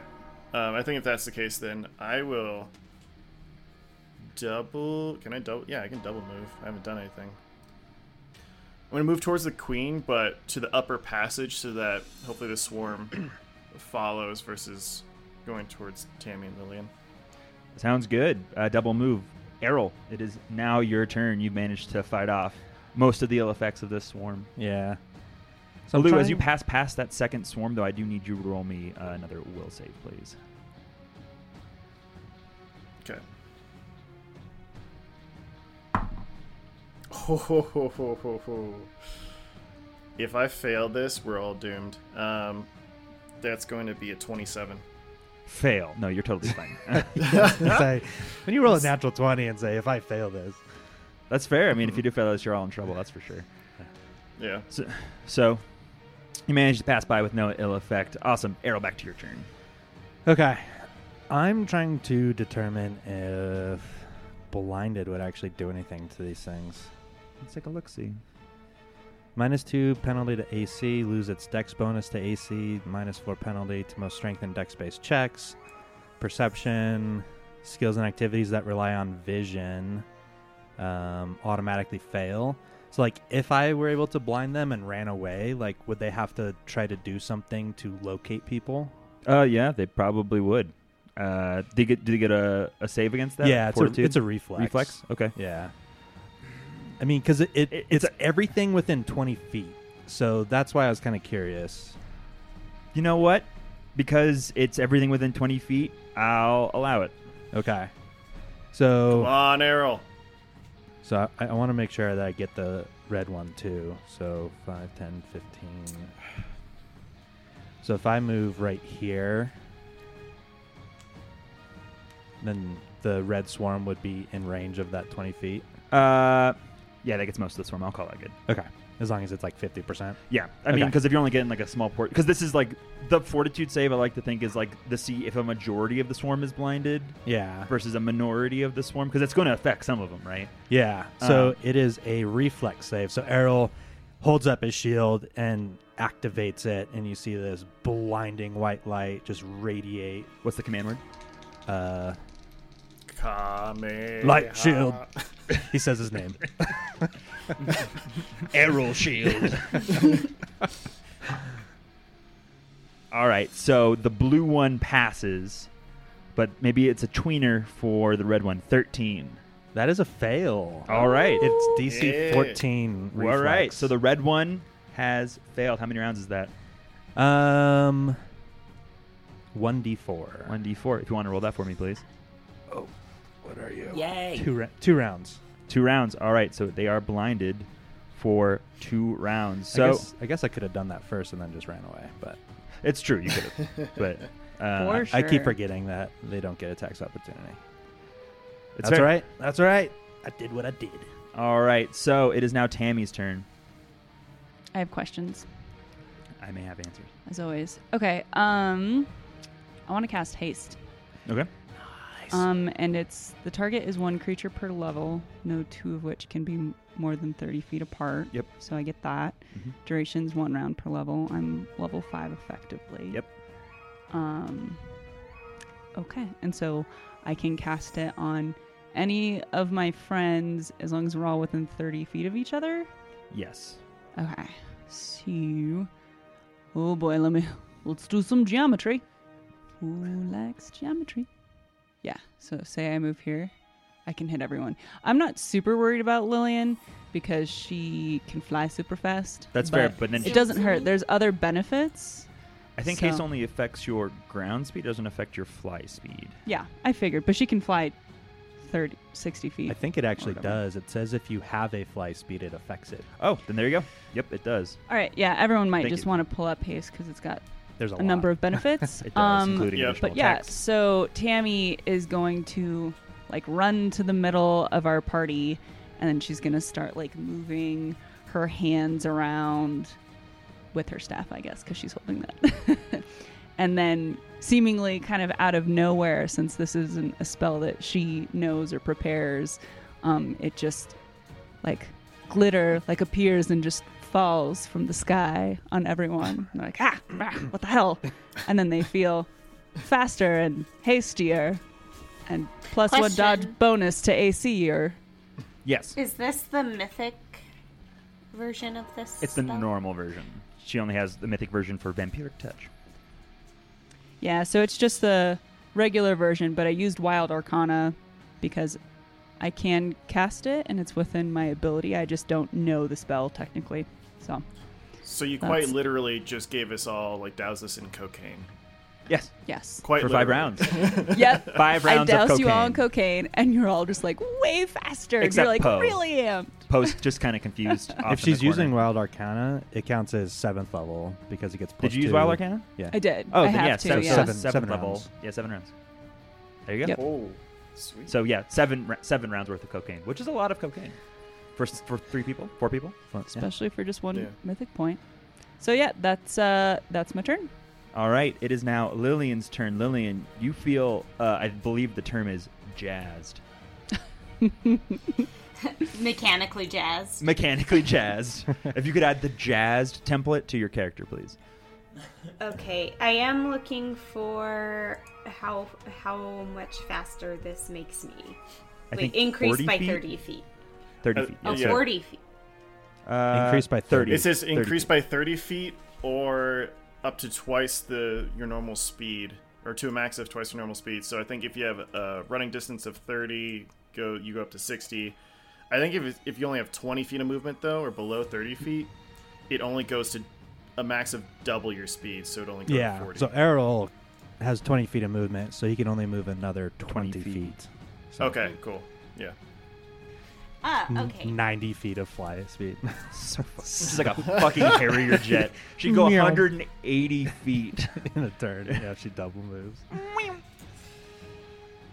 S5: Um, I think if that's the case then I will double can I double yeah, I can double move. I haven't done anything. I'm gonna move towards the queen, but to the upper passage so that hopefully the swarm follows versus going towards Tammy and Lillian.
S1: Sounds good. Uh, double move. Errol, it is now your turn. You've managed to fight off most of the ill effects of this swarm.
S4: Yeah.
S1: So,
S4: So I'm
S1: Lou, as
S4: trying-
S1: you pass past that second swarm, though, I do need you to roll me uh, another will save, please.
S5: Okay. Ho, ho, ho, ho, ho, ho. If I fail this, we're all doomed. Um, that's going to be a 27.
S1: Fail. No, you're totally fine.
S4: say, when you roll a natural twenty and say, "If I fail this,"
S1: that's fair. I mean, if you do fail this, you're all in trouble. That's for sure.
S5: Yeah.
S1: So, so you managed to pass by with no ill effect. Awesome. Errol, back to your turn.
S4: okay. I'm trying to determine if blinded would actually do anything to these things.
S1: Let's take a look. See.
S4: Minus two penalty to AC, lose its dex bonus to AC, minus four penalty to most strength and dex based checks, perception, skills and activities that rely on vision um, automatically fail. So, like, if I were able to blind them and ran away, like, would they have to try to do something to locate people?
S1: Uh, yeah, they probably would. Uh, did they get, did they get a, a save against that?
S4: yeah, it's a,
S1: Fortitude?
S4: it's a reflex.
S1: reflex. Okay.
S4: Yeah. I mean, because it, it,
S1: It-
S4: it's everything within 20 feet. So that's why I was kind of curious.
S1: You know what? Because it's everything within 20 feet, I'll allow it.
S4: Okay. So.
S5: Come on, Errol.
S4: So I, I want to make sure that I get the red one too. So 5, 10, 15. So if I move right here, then the red swarm would be in range of that 20 feet.
S1: Uh, yeah, that gets most of the swarm. I'll call that good.
S4: Okay. As long as it's like 50%.
S1: Yeah, I mean,
S4: Okay.
S1: because if you're only getting like a small port, because this is like the fortitude save. I like to think is like the see if a majority of the swarm is blinded
S4: Yeah.
S1: versus a minority of the swarm, because it's going to affect some of them, right?
S4: Yeah. So
S1: Um,
S4: it is a reflex save. So Errol holds up his shield and activates it, and you see this blinding white light just radiate.
S1: What's the command word?
S4: Uh,
S5: Kame.
S4: Light shield. he says his name.
S1: Errol Shield. All right, so the blue one passes, but maybe it's a tweener for the red one. Thirteen.
S4: That is a fail.
S1: All right.
S4: It's DC
S5: Yeah.
S4: 14.
S1: All right.
S4: reflex.
S1: So the red one has failed. How many rounds is that?
S4: um 1d4.
S1: One d four. If you want to roll that for me, please.
S3: What are you?
S7: Yay!
S4: Two, ra- two rounds.
S1: Two rounds. All right. So they are blinded for two rounds.
S4: I
S1: So
S4: guess I, guess I could have done that first and then just ran away, but
S1: it's true. You could have, but uh,
S2: For
S4: I keep
S2: sure.
S4: forgetting that they don't get a tax opportunity.
S1: it's fair.
S4: That's all right. That's all right. I did what I did.
S1: All right. So it is now Tammy's turn.
S2: I have questions,
S1: I may have answers.
S2: as always. Okay, um, I want to cast haste.
S1: Okay.
S2: Um, and it's the target is one creature per level, no two of which can be m- more than 30 feet apart.
S1: Yep.
S2: So I get that.
S1: Mhm.
S2: Duration's one round per level. I'm level five effectively.
S1: Yep.
S2: Um, okay. And so I can cast it on any of my friends as long as we're all within 30 feet of each other.
S1: Yes.
S2: Okay. So, oh boy, let me let's do some geometry. Who likes geometry? Yeah. So say I move here, I can hit everyone. I'm not super worried about Lillian because she can fly super fast.
S1: That's
S2: but
S1: fair. But then
S2: It doesn't hurt. There's other benefits.
S1: I think
S2: so-
S1: haste only affects your ground speed. Doesn't affect your fly speed.
S2: Yeah, I figured, but she can fly 30, 60
S4: I
S2: feet.
S4: think it actually
S1: Whatever.
S4: does. It says if you have a fly speed, it affects it.
S1: Oh, then there you go. Yep, it does.
S2: All right. Yeah, everyone might
S1: Thank
S2: just
S1: you.
S2: want to pull up haste because it's got
S4: There's a,
S2: a number
S4: lot.
S2: of benefits.
S1: It does,
S2: um,
S1: including
S5: Yeah.
S1: additional
S2: But yeah,
S1: attacks.
S2: so Tammy is going to like run to the middle of our party and then she's going to start like moving her hands around with her staff, I guess, because she's holding that. and then seemingly kind of out of nowhere, since this isn't a spell that she knows or prepares, um, it just like glitter like appears and just falls from the sky on everyone. And they're like, ah, ah, what the hell? And then they feel faster and hastier and plus one dodge
S6: Question.
S2: bonus to AC or
S1: yes,
S6: Is this the mythic version of this?
S1: it's the
S6: spell?
S1: normal version. She only has the mythic version for vampiric touch.
S2: Yeah, so it's just the regular version, but I used Wild Arcana because I can cast it and it's within my ability. I just don't know the spell technically. So,
S5: So you
S2: That's-
S5: quite literally just gave us all like douse us in cocaine.
S1: Yes,
S2: yes.
S5: Quite
S1: for five
S5: literally.
S1: rounds.
S2: Yep.
S1: five
S2: I
S1: rounds of
S2: douse
S1: cocaine.
S2: you all in cocaine and you're all just like way faster.
S1: Except
S2: you're like
S1: Poe.
S2: really amped.
S1: Post just kind of confused. off in
S4: If she's
S1: the corner.
S4: using Wild Arcana, it counts as seventh level because it gets.
S1: did
S4: plus
S1: you use
S4: two.
S1: Wild Arcana?
S4: Yeah.
S2: I did.
S1: Oh,
S2: I
S1: then
S2: have
S1: yeah,
S2: to,
S1: seven,
S2: yeah.
S1: seven,
S4: Seven-
S1: seven
S4: seven
S1: level.
S4: rounds.
S1: Yeah, seven rounds. There you go.
S2: Yep.
S5: Oh, sweet.
S1: So yeah, seven ra- seven rounds worth of cocaine, which is a lot of cocaine for s- for three people, four people.
S4: Well, yeah.
S2: Especially for just one
S5: Yeah.
S2: mythic point. So yeah, that's uh that's my turn.
S1: All right, it is now Lillian's turn. Lillian, you feel uh, I believe the term is jazzed,
S6: mechanically jazzed.
S1: mechanically jazzed. if you could add the jazzed template to your character, please.
S6: Okay, I am looking for how how much faster this makes me.
S1: I
S6: Wait,
S1: think
S6: increase
S1: 40
S6: by
S1: feet?
S6: thirty feet.
S1: Thirty
S5: Uh,
S1: feet.
S6: Oh,
S1: yes.
S5: Yeah.
S6: 40 feet.
S1: Uh,
S4: Increase by 30.
S5: It says
S1: 30
S5: increase
S1: feet.
S5: by 30 feet or up to twice the your normal speed or to a max of twice your normal speed. So I think if you have a running distance of 30, go you go up to 60. I think if it- if you only have 20 feet of movement though or below 30 feet, it only goes to a max of double your speed, so it only goes to
S4: Yeah.
S5: 40.
S4: So Errol has 20 feet of movement, so he can only move another
S1: 20
S4: 20,
S1: feet.
S4: feet. So
S5: okay, cool. Yeah.
S6: Ah,
S1: Mm-hmm.
S4: n-
S6: okay.
S4: 90 feet of fly speed.
S1: So fu- She's like a fucking Harrier jet. She would go
S4: Meow.
S1: 180 feet.
S4: in a turn. Yeah, she double moves.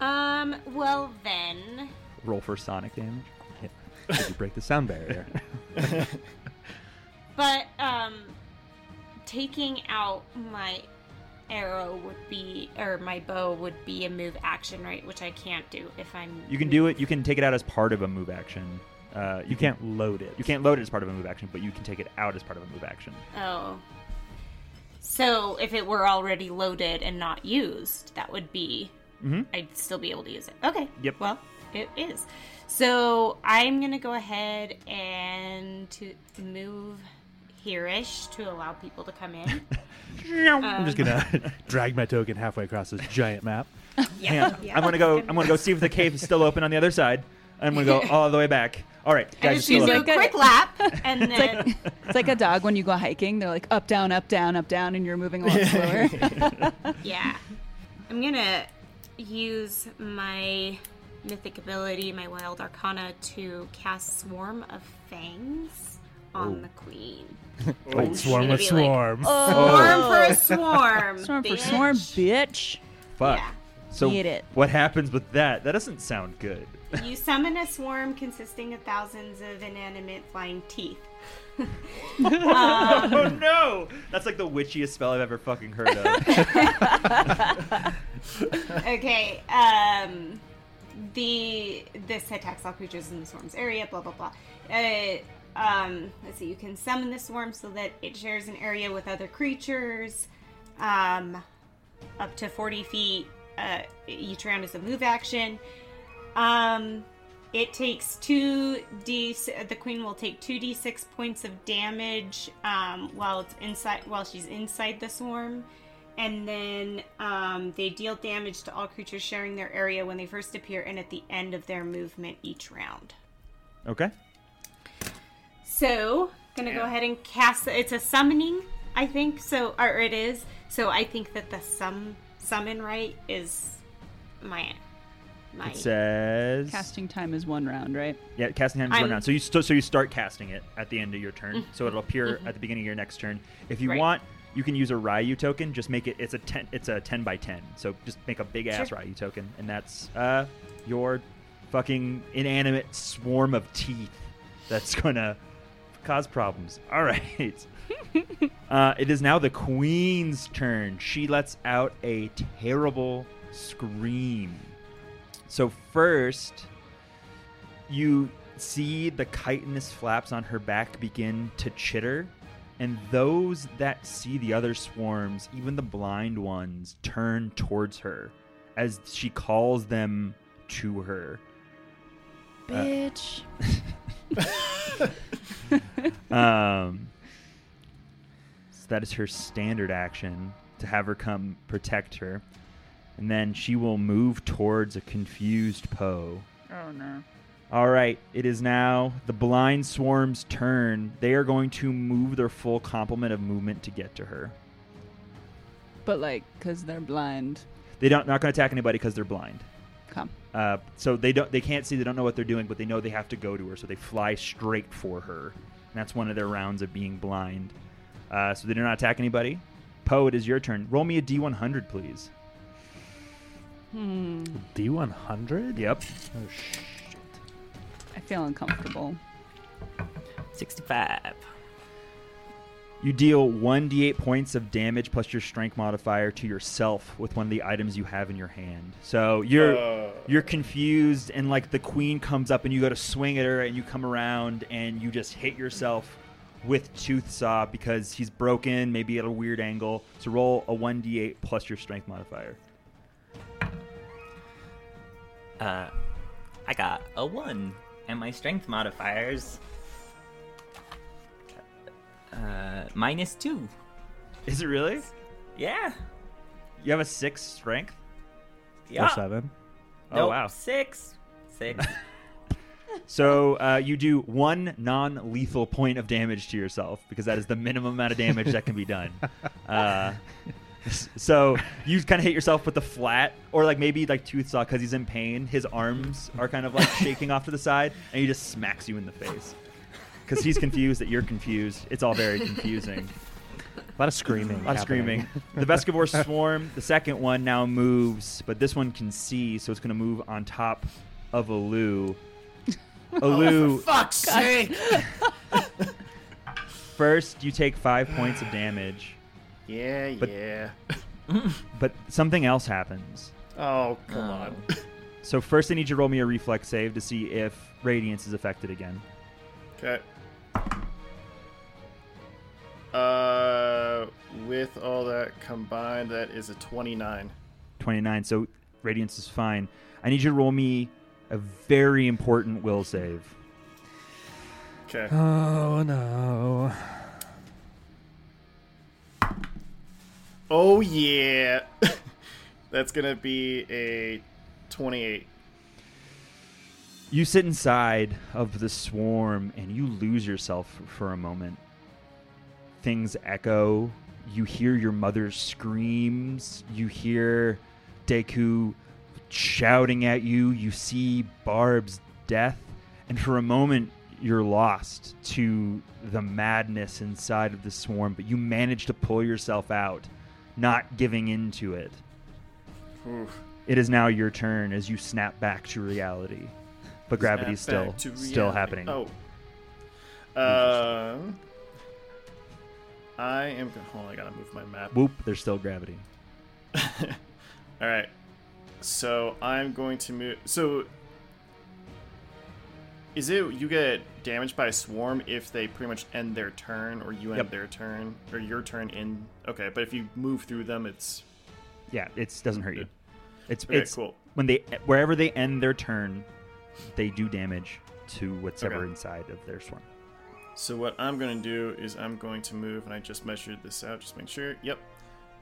S6: Um, well then,
S1: Roll for sonic damage.
S4: Yeah. Did you break the sound barrier?
S6: but um taking out my arrow would be or my bow would be a move action, right, which I can't do if I'm
S1: You can do it. You can take it out as part of a move action. Uh,
S4: You can't load it.
S1: You can't load it as part of a move action, but you can take it out as part of a move action.
S6: Oh. So if it were already loaded and not used, that would be. I'd still be able to use it. Okay.
S1: Yep.
S6: Well, it is. So I'm going to go ahead and to move here-ish to allow people to come in.
S4: I'm just gonna drag my token halfway across this giant map.
S1: Hang on. I'm gonna go. I'm gonna go see if the cave is still open on the other side. I'm gonna go all the way back. All right,
S6: I
S1: guys,
S6: just
S1: it's
S6: do
S1: still
S6: a
S1: up.
S2: like a-
S6: quick lap, and then
S2: It's like a dog when you go hiking. They're like up, down, up, down, up, down, and you're moving a lot slower.
S6: yeah, I'm gonna use my mythic ability, my wild arcana, to cast swarm of fangs on the queen.
S1: Oh,
S4: Like swarm
S6: gonna
S4: with
S6: be oh.
S4: swarm.
S6: Swarm for a swarm.
S2: Oh. swarm for
S6: bitch.
S2: swarm, bitch.
S1: Fuck.
S6: Yeah.
S1: So
S2: Eat it.
S1: what happens with that? That doesn't sound good.
S6: You summon a swarm consisting of thousands of inanimate flying teeth.
S1: oh no! That's like the witchiest spell I've ever fucking heard of.
S6: Okay. Um, the this attacks all creatures in the swarm's area. Blah blah blah. Uh, um, let's see. You can summon the swarm so that it shares an area with other creatures. Um, up to forty feet. Uh, each round is a move action. Um, it takes two d. The queen will take two d six points of damage um, while it's inside. While she's inside the swarm, and then um, they deal damage to all creatures sharing their area when they first appear and at the end of their movement each round.
S1: okay.
S6: So, gonna go ahead and cast. It's a summoning, I think. So, or it is. So, I think that the sum summon right is my my
S1: It says
S2: Casting time is one round, right?
S1: Yeah, casting time is one
S6: I'm- Mm-hmm.
S1: round. So you st- so you start casting it at the end of your turn. So it'll appear at the beginning of your next turn. If you
S6: Right.
S1: want, you can use a Ryu token. Just make it. It's a ten. It's a ten by ten. So just make a big ass
S6: Sure.
S1: Ryu token, and that's uh your fucking inanimate swarm of teeth that's gonna cause problems. All right. uh, it is now the queen's turn. She lets out a terrible scream. So first you see the chitinous flaps on her back begin to chitter and those that see the other swarms even the blind ones turn towards her as she calls them to her Uh,
S2: Bitch.
S1: um, so that is her standard action to have her come protect her and then she will move towards a confused poe
S8: Oh no.
S1: All right, it is now the blind swarm's turn. They are going to move their full complement of movement to get to her.
S2: But like, cause they're blind.
S1: They don't not going to attack anybody because they're blind.
S2: Come.
S1: Uh, so they don't they can't see. They don't know what they're doing, but they know they have to go to her. So they fly straight for her. And that's one of their rounds of being blind. Uh, so they do not attack anybody. Poe, it is your turn. Roll me a d100, please.
S2: Hmm.
S4: D one hundred.
S1: Yep.
S4: Oh shit.
S2: I feel uncomfortable.
S7: 65.
S1: You deal 1d8 points of damage plus your strength modifier to yourself with one of the items you have in your hand. So you're
S5: Uh.
S1: you're confused and like the queen comes up and you go to swing at her and you come around and you just hit yourself with tooth saw because he's broken maybe at a weird angle. So roll a 1d8 plus your strength modifier.
S7: Uh, I got a 1. And my strength modifiers. Uh, minus 2.
S1: Is it really?
S7: Yeah.
S1: You have a 6 strength?
S7: Yeah.
S4: Or seven.
S1: Oh
S7: Nope,
S1: wow.
S7: Six. Six.
S1: So uh, you do one non-lethal point of damage to yourself because that is the minimum amount of damage that can be done. Uh, s- so you kind of hit yourself with the flat, or like maybe like tooth saw because he's in pain. His arms are kind of like shaking off to the side, and he just smacks you in the face because he's confused that you're confused. It's all very confusing.
S4: A lot of screaming.
S1: A lot of screaming. The Vescovor swarm, the second one now moves, but this one can see, so it's going to move on top of Alu. Alu,
S5: Oh, Fuck's sake!
S1: First, you take five points of damage,
S5: Yeah,
S1: But-
S5: yeah.
S1: but something else happens.
S5: Oh, come on.
S1: So first, I need you to roll me a reflex save to see if radiance is affected again.
S5: Okay. Uh, with all that combined, that is a 29.
S1: Twenty-nine. So radiance is fine. I need you to roll me a very important will save.
S5: Okay.
S4: Oh no.
S5: Oh, yeah. That's gonna be a 28.
S1: You sit inside of the swarm and you lose yourself for a moment. Things echo. You hear your mother's screams. You hear Deku shouting at you. You see Barb's death. And for a moment, you're lost to the madness inside of the swarm, but you manage to pull yourself out, not giving in to it.
S5: Oof.
S1: It is now your turn as you snap back to reality. But gravity is
S5: Snap
S1: still
S5: back to
S1: still
S5: reality.
S1: happening.
S5: Oh. Um. I am. go- Hold on, I gotta move my map.
S1: Whoop, there's still gravity.
S5: All right. So I'm going to move. So is it you get damaged by a swarm if they pretty much end their turn, or you end
S1: Yep.
S5: their turn, or your turn in? Okay, but if you move through them, it's
S1: Yeah, it doesn't hurt you. It's
S5: okay.
S1: it's
S5: cool.
S1: when they wherever they end their turn, they do damage to what's ever
S5: Okay.
S1: inside of their swarm.
S5: So what I'm gonna do is I'm going to move, and I just measured this out, just make sure. Yep.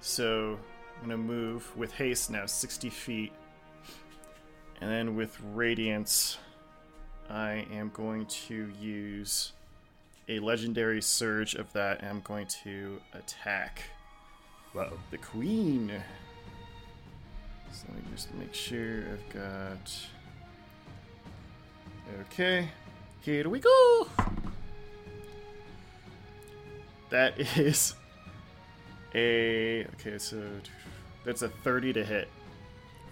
S5: So I'm gonna move with haste now 60 feet, and then with radiance, I am going to use a legendary surge of that, and I'm going to attack
S1: Whoa.
S5: the queen. So let me just make sure I've got. Okay, here we go. That is a okay. So that's a thirty to hit.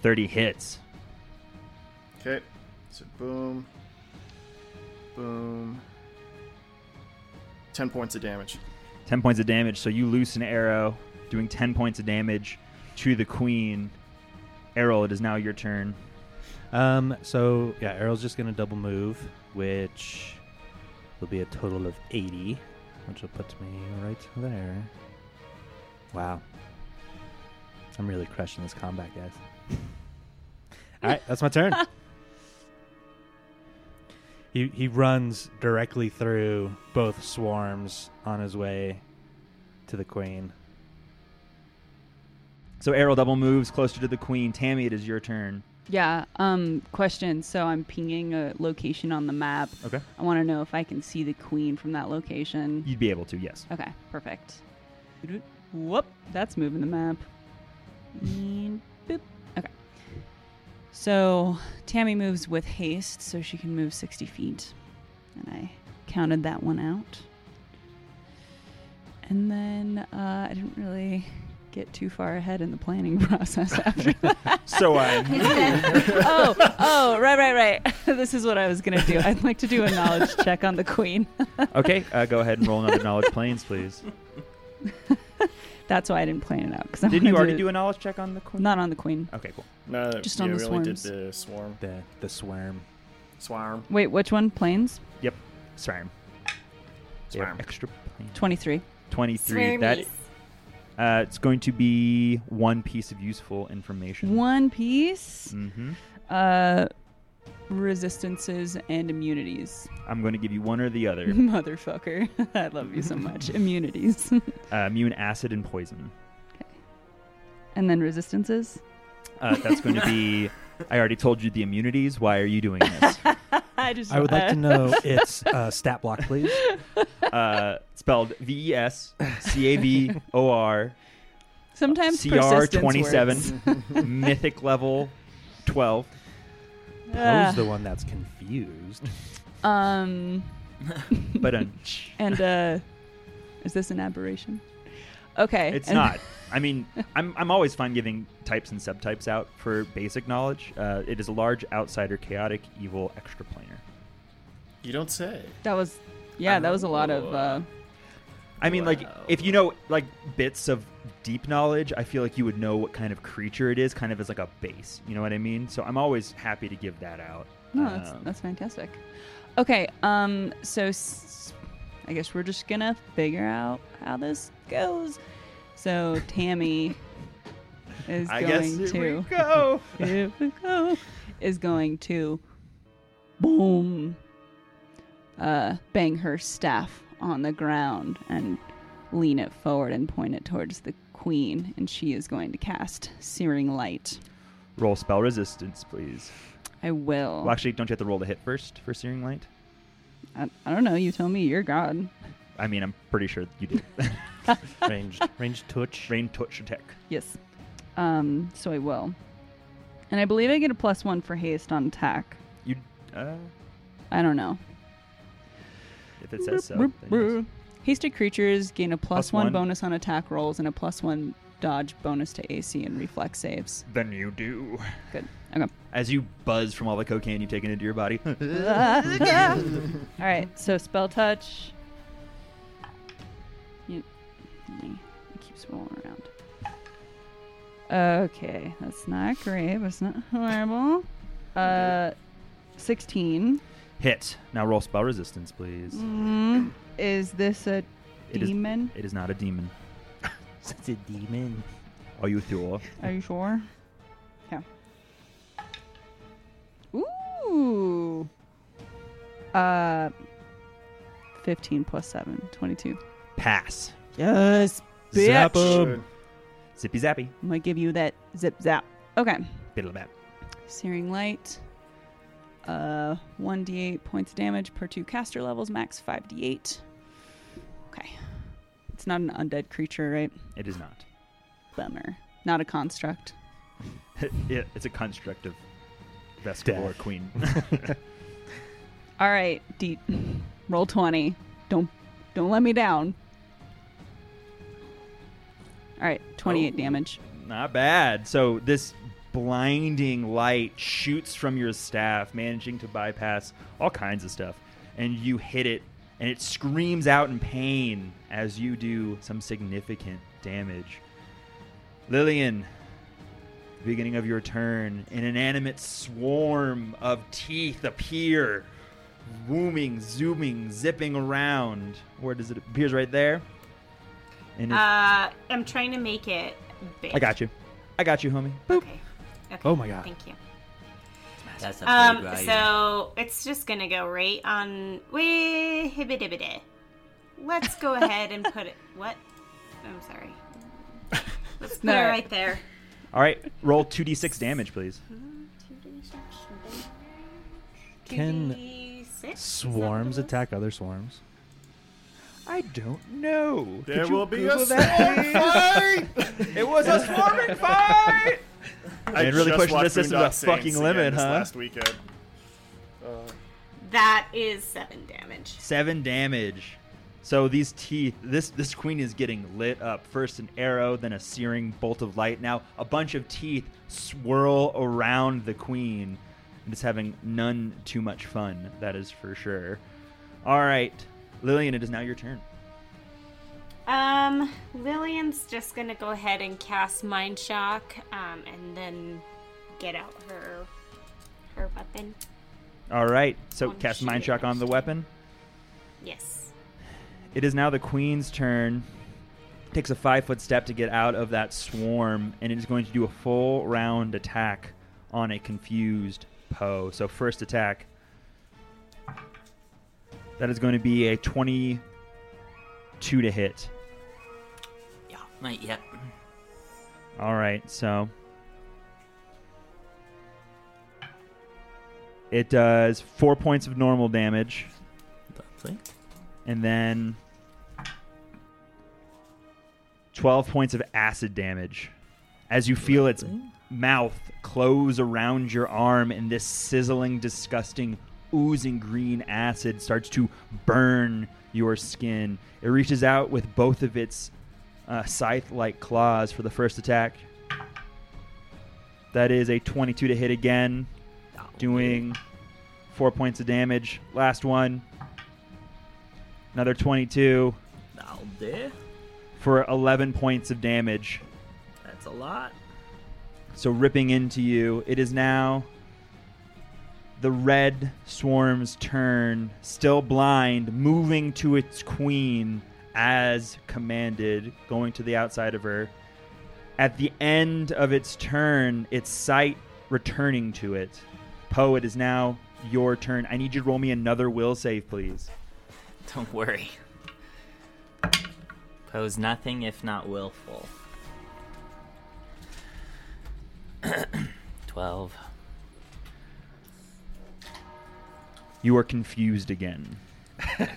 S1: Thirty hits.
S5: Okay, so boom, boom. Ten points of damage.
S1: 10 points of damage. So you loose an arrow, doing 10 points of damage to the queen. Errol, it is now your turn.
S4: Um. So yeah, Errol's just gonna double move, which will be a total of eighty, which will put me right there. Wow. I'm really crushing this combat, guys. All right, that's my turn. he he runs directly through both swarms on his way to the queen.
S1: So Errol double moves closer to the queen. Tammy, it is your turn.
S2: Yeah. Um. Question. So I'm pinging a location on the map.
S1: Okay.
S2: I want to know if I can see the queen from that location.
S1: You'd be able to, yes.
S2: Okay. Perfect. Whoop. That's moving the map. And boop. Okay. So Tammy moves with haste, so she can move 60 feet, and I counted that one out. And then uh, I didn't really get too far ahead in the planning process after
S1: So I.
S2: oh, oh, right, right, right. this is what I was gonna do. I'd like to do a knowledge check on the queen.
S1: okay, uh, go ahead and roll another knowledge planes, please.
S2: That's why I didn't plan it out because I
S1: Didn't you
S2: wanted
S1: already
S2: to-
S1: do a knowledge check on the queen?
S2: Not on the queen.
S1: Okay, cool.
S5: No,
S2: Just
S5: yeah,
S2: on the
S5: we only did
S2: swarms.
S5: the swarm.
S4: The the swarm.
S5: Swarm.
S2: Wait, which one? Planes.
S1: Yep. Swarm. They have
S5: Swarm.
S1: Extra plane.
S2: Twenty-three.
S1: 23. That, uh, it's going to be one piece of useful information.
S2: One piece.
S1: Mm-hmm.
S2: Uh, resistances and immunities.
S1: I'm going to give you one or the other.
S2: Motherfucker, I love you so much. immunities.
S1: uh, immune acid and poison.
S2: and then resistances.
S1: Uh, that's going to be. I already told you the immunities. Why are you doing this?
S2: I just.
S4: I would like
S2: uh,
S4: to know its uh, stat block, please.
S1: Uh, spelled V E S C A B O R
S2: Sometimes
S1: CR
S2: persistence
S1: twenty
S2: works.
S1: seven mythic level twelve.
S2: Ah.
S4: Who's the one that's confused?
S2: Uh, Um.
S1: But um,
S2: And uh is this an aberration? Okay.
S1: it's
S2: and-
S1: not. I mean, I'm I'm always fine giving types and subtypes out for basic knowledge. Uh, it is a large outsider, chaotic, evil, extraplanar.
S5: You don't say.
S2: That was yeah, that was a lot of uh
S1: I mean, like if you know like bits of deep knowledge, I feel like you would know what kind of creature it is, kind of as like a base. You know what I mean? So I'm always happy to give that out.
S2: no, that's
S1: Um,
S2: that's fantastic. Okay, um so s- I guess we're just going to figure out how this goes. So Tammy is
S1: I guess
S2: going
S1: here
S2: to
S1: we go.
S2: here we go, is going to boom uh bang her staff on the ground and lean it forward and point it towards the queen and she is going to cast searing light
S1: Roll spell resistance, please.
S2: i I will.
S1: Well, actually, don't you have to roll to hit first for Searing Light?
S2: I, I don't know. You tell me. You're God.
S1: I mean, I'm pretty sure you did.
S4: Ranged, ranged touch.
S1: Rain touch attack.
S2: Yes. Um. So I will. And I believe I get a plus one for haste on attack.
S1: You, uh,
S2: I don't know.
S1: if it says so.
S2: Brr,
S1: then
S2: brr,
S1: yes.
S2: brr. Hasted creatures gain a plus,
S1: Plus
S2: plus one,
S1: one.
S2: bonus on attack rolls and a plus one dodge bonus to AC and reflex saves.
S1: Then you do.
S2: Good. Okay.
S1: As you buzz from all the cocaine you've taken into your body.
S2: All right. So spell touch. You, it keeps rolling around. Okay, that's not great, but it's not horrible. Uh, sixteen.
S1: Hit. Now roll spell resistance, please.
S2: Mm, is this a
S1: It is-
S2: demon?
S1: It is not a demon.
S4: It's a demon.
S1: Are you sure?
S2: Are you sure? Yeah. Ooh. Uh 15 plus 7, 22.
S1: Pass.
S2: Yes. Bitch.
S1: Zap 'em.
S5: Should.
S1: Zippy zappy.
S2: I'm going to give you that zip zap. Okay.
S1: Biddle bap.
S2: Searing light. Uh 1d8 points of damage per 2 caster levels, max 5d8. Okay. It's not an undead creature, right?
S1: It is not.
S2: Bummer. Not a construct.
S1: It- it's a construct of
S4: Death.
S1: Vestal or Queen.
S2: All right, D, roll twenty. Don't don't let me down. All right, twenty-eight
S5: Oh.
S2: damage.
S1: Not bad. So this blinding light shoots from your staff, managing to bypass all kinds of stuff, and you hit it, and it screams out in pain as you do some significant damage. Lillian, beginning of your turn, an inanimate swarm of teeth appear, wooming, zooming, zipping around. Where does it appears right there? And it-
S6: Uh, I'm trying to make it big.
S1: I got you. I got you, homie.
S6: Okay. okay.
S4: Oh my God.
S6: Thank you.
S7: That's a
S6: Um,
S7: big value.
S6: so it's just gonna go right on. Wait, hibbidibbidy. Let's go ahead and put it. What? I'm sorry. Let's put
S2: No.
S6: it right there.
S1: All right, roll 2d6 damage, please.
S4: Can
S6: 2d6? Is
S4: Swarms
S6: that what it was?
S4: attack other swarms.
S1: I don't know.
S5: There will be a
S1: that, It was a swarming fight.
S5: I
S1: Man, really
S5: just
S1: pushing
S5: watched
S1: the system to
S5: Boondock
S1: the
S5: Saints
S1: fucking
S5: again
S1: limit,
S5: this
S1: huh?
S5: Last weekend.
S6: That is seven damage.
S1: Seven damage. So these teeth, this this queen is getting lit up. First an arrow, then a searing bolt of light. Now a bunch of teeth swirl around the queen, and it's having none too much fun. That is for sure. All right, Lillian, it is now your turn.
S6: Um, Lillian's just gonna go ahead and cast Mind Shock, um, and then get out her her weapon.
S1: All right, so
S6: On
S1: cast mind
S6: shield.
S1: shock on the weapon.
S6: Yes.
S1: It is now the queen's turn. Takes a five foot step to get out of that swarm, and it is going to do a full round attack on a confused Poe. So, first attack. That is going to be a 22 to hit.
S7: yeah, might, yep.
S1: All right, so. It does four points of normal damage.
S7: Lovely.
S1: and then 12 points of acid damage as you feel its mouth close around your arm and this sizzling disgusting oozing green acid starts to burn your skin it reaches out with both of its uh, scythe-like claws for the first attack that is a 22 to hit again doing four points of damage last one another 22
S7: That'll do.
S1: for 11 points of damage.
S7: That's a lot.
S1: So ripping into you, it is now the red swarm's turn, still blind, moving to its queen as commanded, going to the outside of her. At the end of its turn, its sight returning to it. Poe, it is now your turn. I need you to roll me another will save, please.
S7: Don't worry. Pose nothing if not willful. 12.
S1: You are confused again.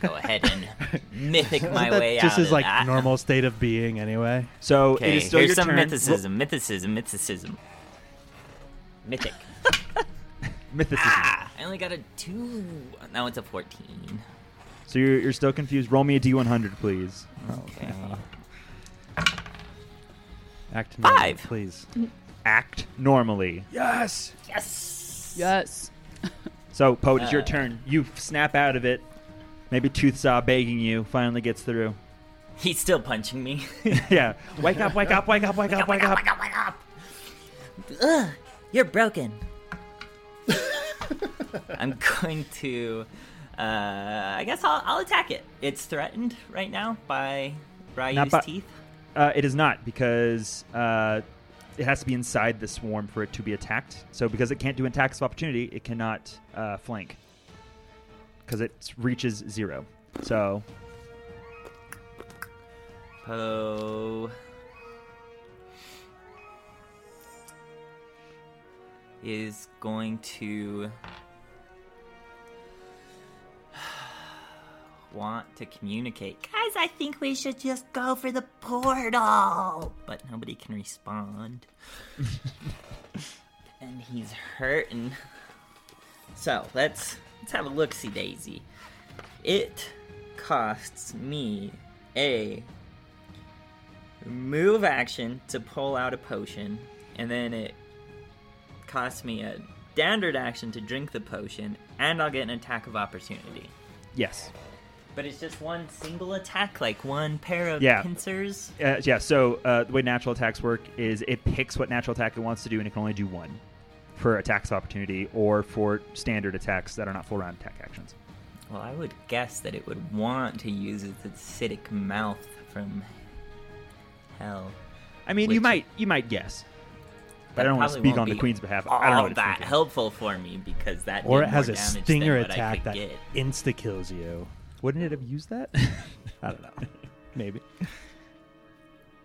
S7: Go ahead and mythic my
S4: that
S7: way out.
S4: just his
S7: of
S4: like
S7: that.
S4: normal state of being anyway.
S1: So
S7: Okay,
S1: it is still
S7: here's
S1: your
S7: some
S1: turn.
S7: mythicism, mythicism, mythicism, mythic.
S1: Mythicism.
S7: ah, I only got a two. Now it's a fourteen.
S1: So you're, you're still confused. Roll me a d100, please.
S7: Okay.
S4: Act normal,
S7: Five.
S4: please.
S1: Act normally.
S3: Yes.
S7: Yes.
S2: Yes.
S1: So Poe, it's your
S7: Uh.
S1: turn. You snap out of it. Maybe Tooth Saw begging you finally gets through.
S7: He's still punching me.
S1: yeah. Wake up! Wake up! Wake up! Wake up! Wake up!
S7: wake up, wake up. Ugh, you're broken. I'm going to. Uh, I guess I'll, I'll attack it. It's threatened right now by Ryu's
S1: by-
S7: teeth.
S1: Uh, it is not because uh, it has to be inside the swarm for it to be attacked. So because it can't do an attack of opportunity, it cannot uh, flank because it reaches zero. So
S7: Poe is going to want to communicate. Guys, I think we should just go for the portal. But nobody can respond. and he's hurting. So let's let's have a look see Daisy. It costs me a move action to pull out a potion, and then it costs me a standard action to drink the potion, and I'll get an attack of opportunity.
S1: yes,
S7: But it's just one single attack, like one pair of
S1: Yeah.
S7: pincers.
S1: uh, yeah. So uh, the way natural attacks work is it picks what natural attack it wants to do, and it can only do one for attacks of opportunity or for standard attacks that are not full round attack actions.
S7: Well, I would guess that it would want to use its acidic mouth from hell.
S1: I mean, you
S7: Which-
S1: might you might guess, but I
S7: That
S1: don't want to
S7: probably
S1: speak
S7: won't
S1: on the
S7: be
S1: queen's behalf.
S7: All
S1: I don't know what it's
S7: that
S1: thinking.
S7: helpful for me because that
S4: Or
S7: did
S4: it has
S7: more
S4: a
S7: damage
S4: stinger
S7: than what I
S4: attack
S7: could
S4: that
S7: get.
S4: insta kills you.
S1: Wouldn't it have used that?
S4: I don't know. Maybe.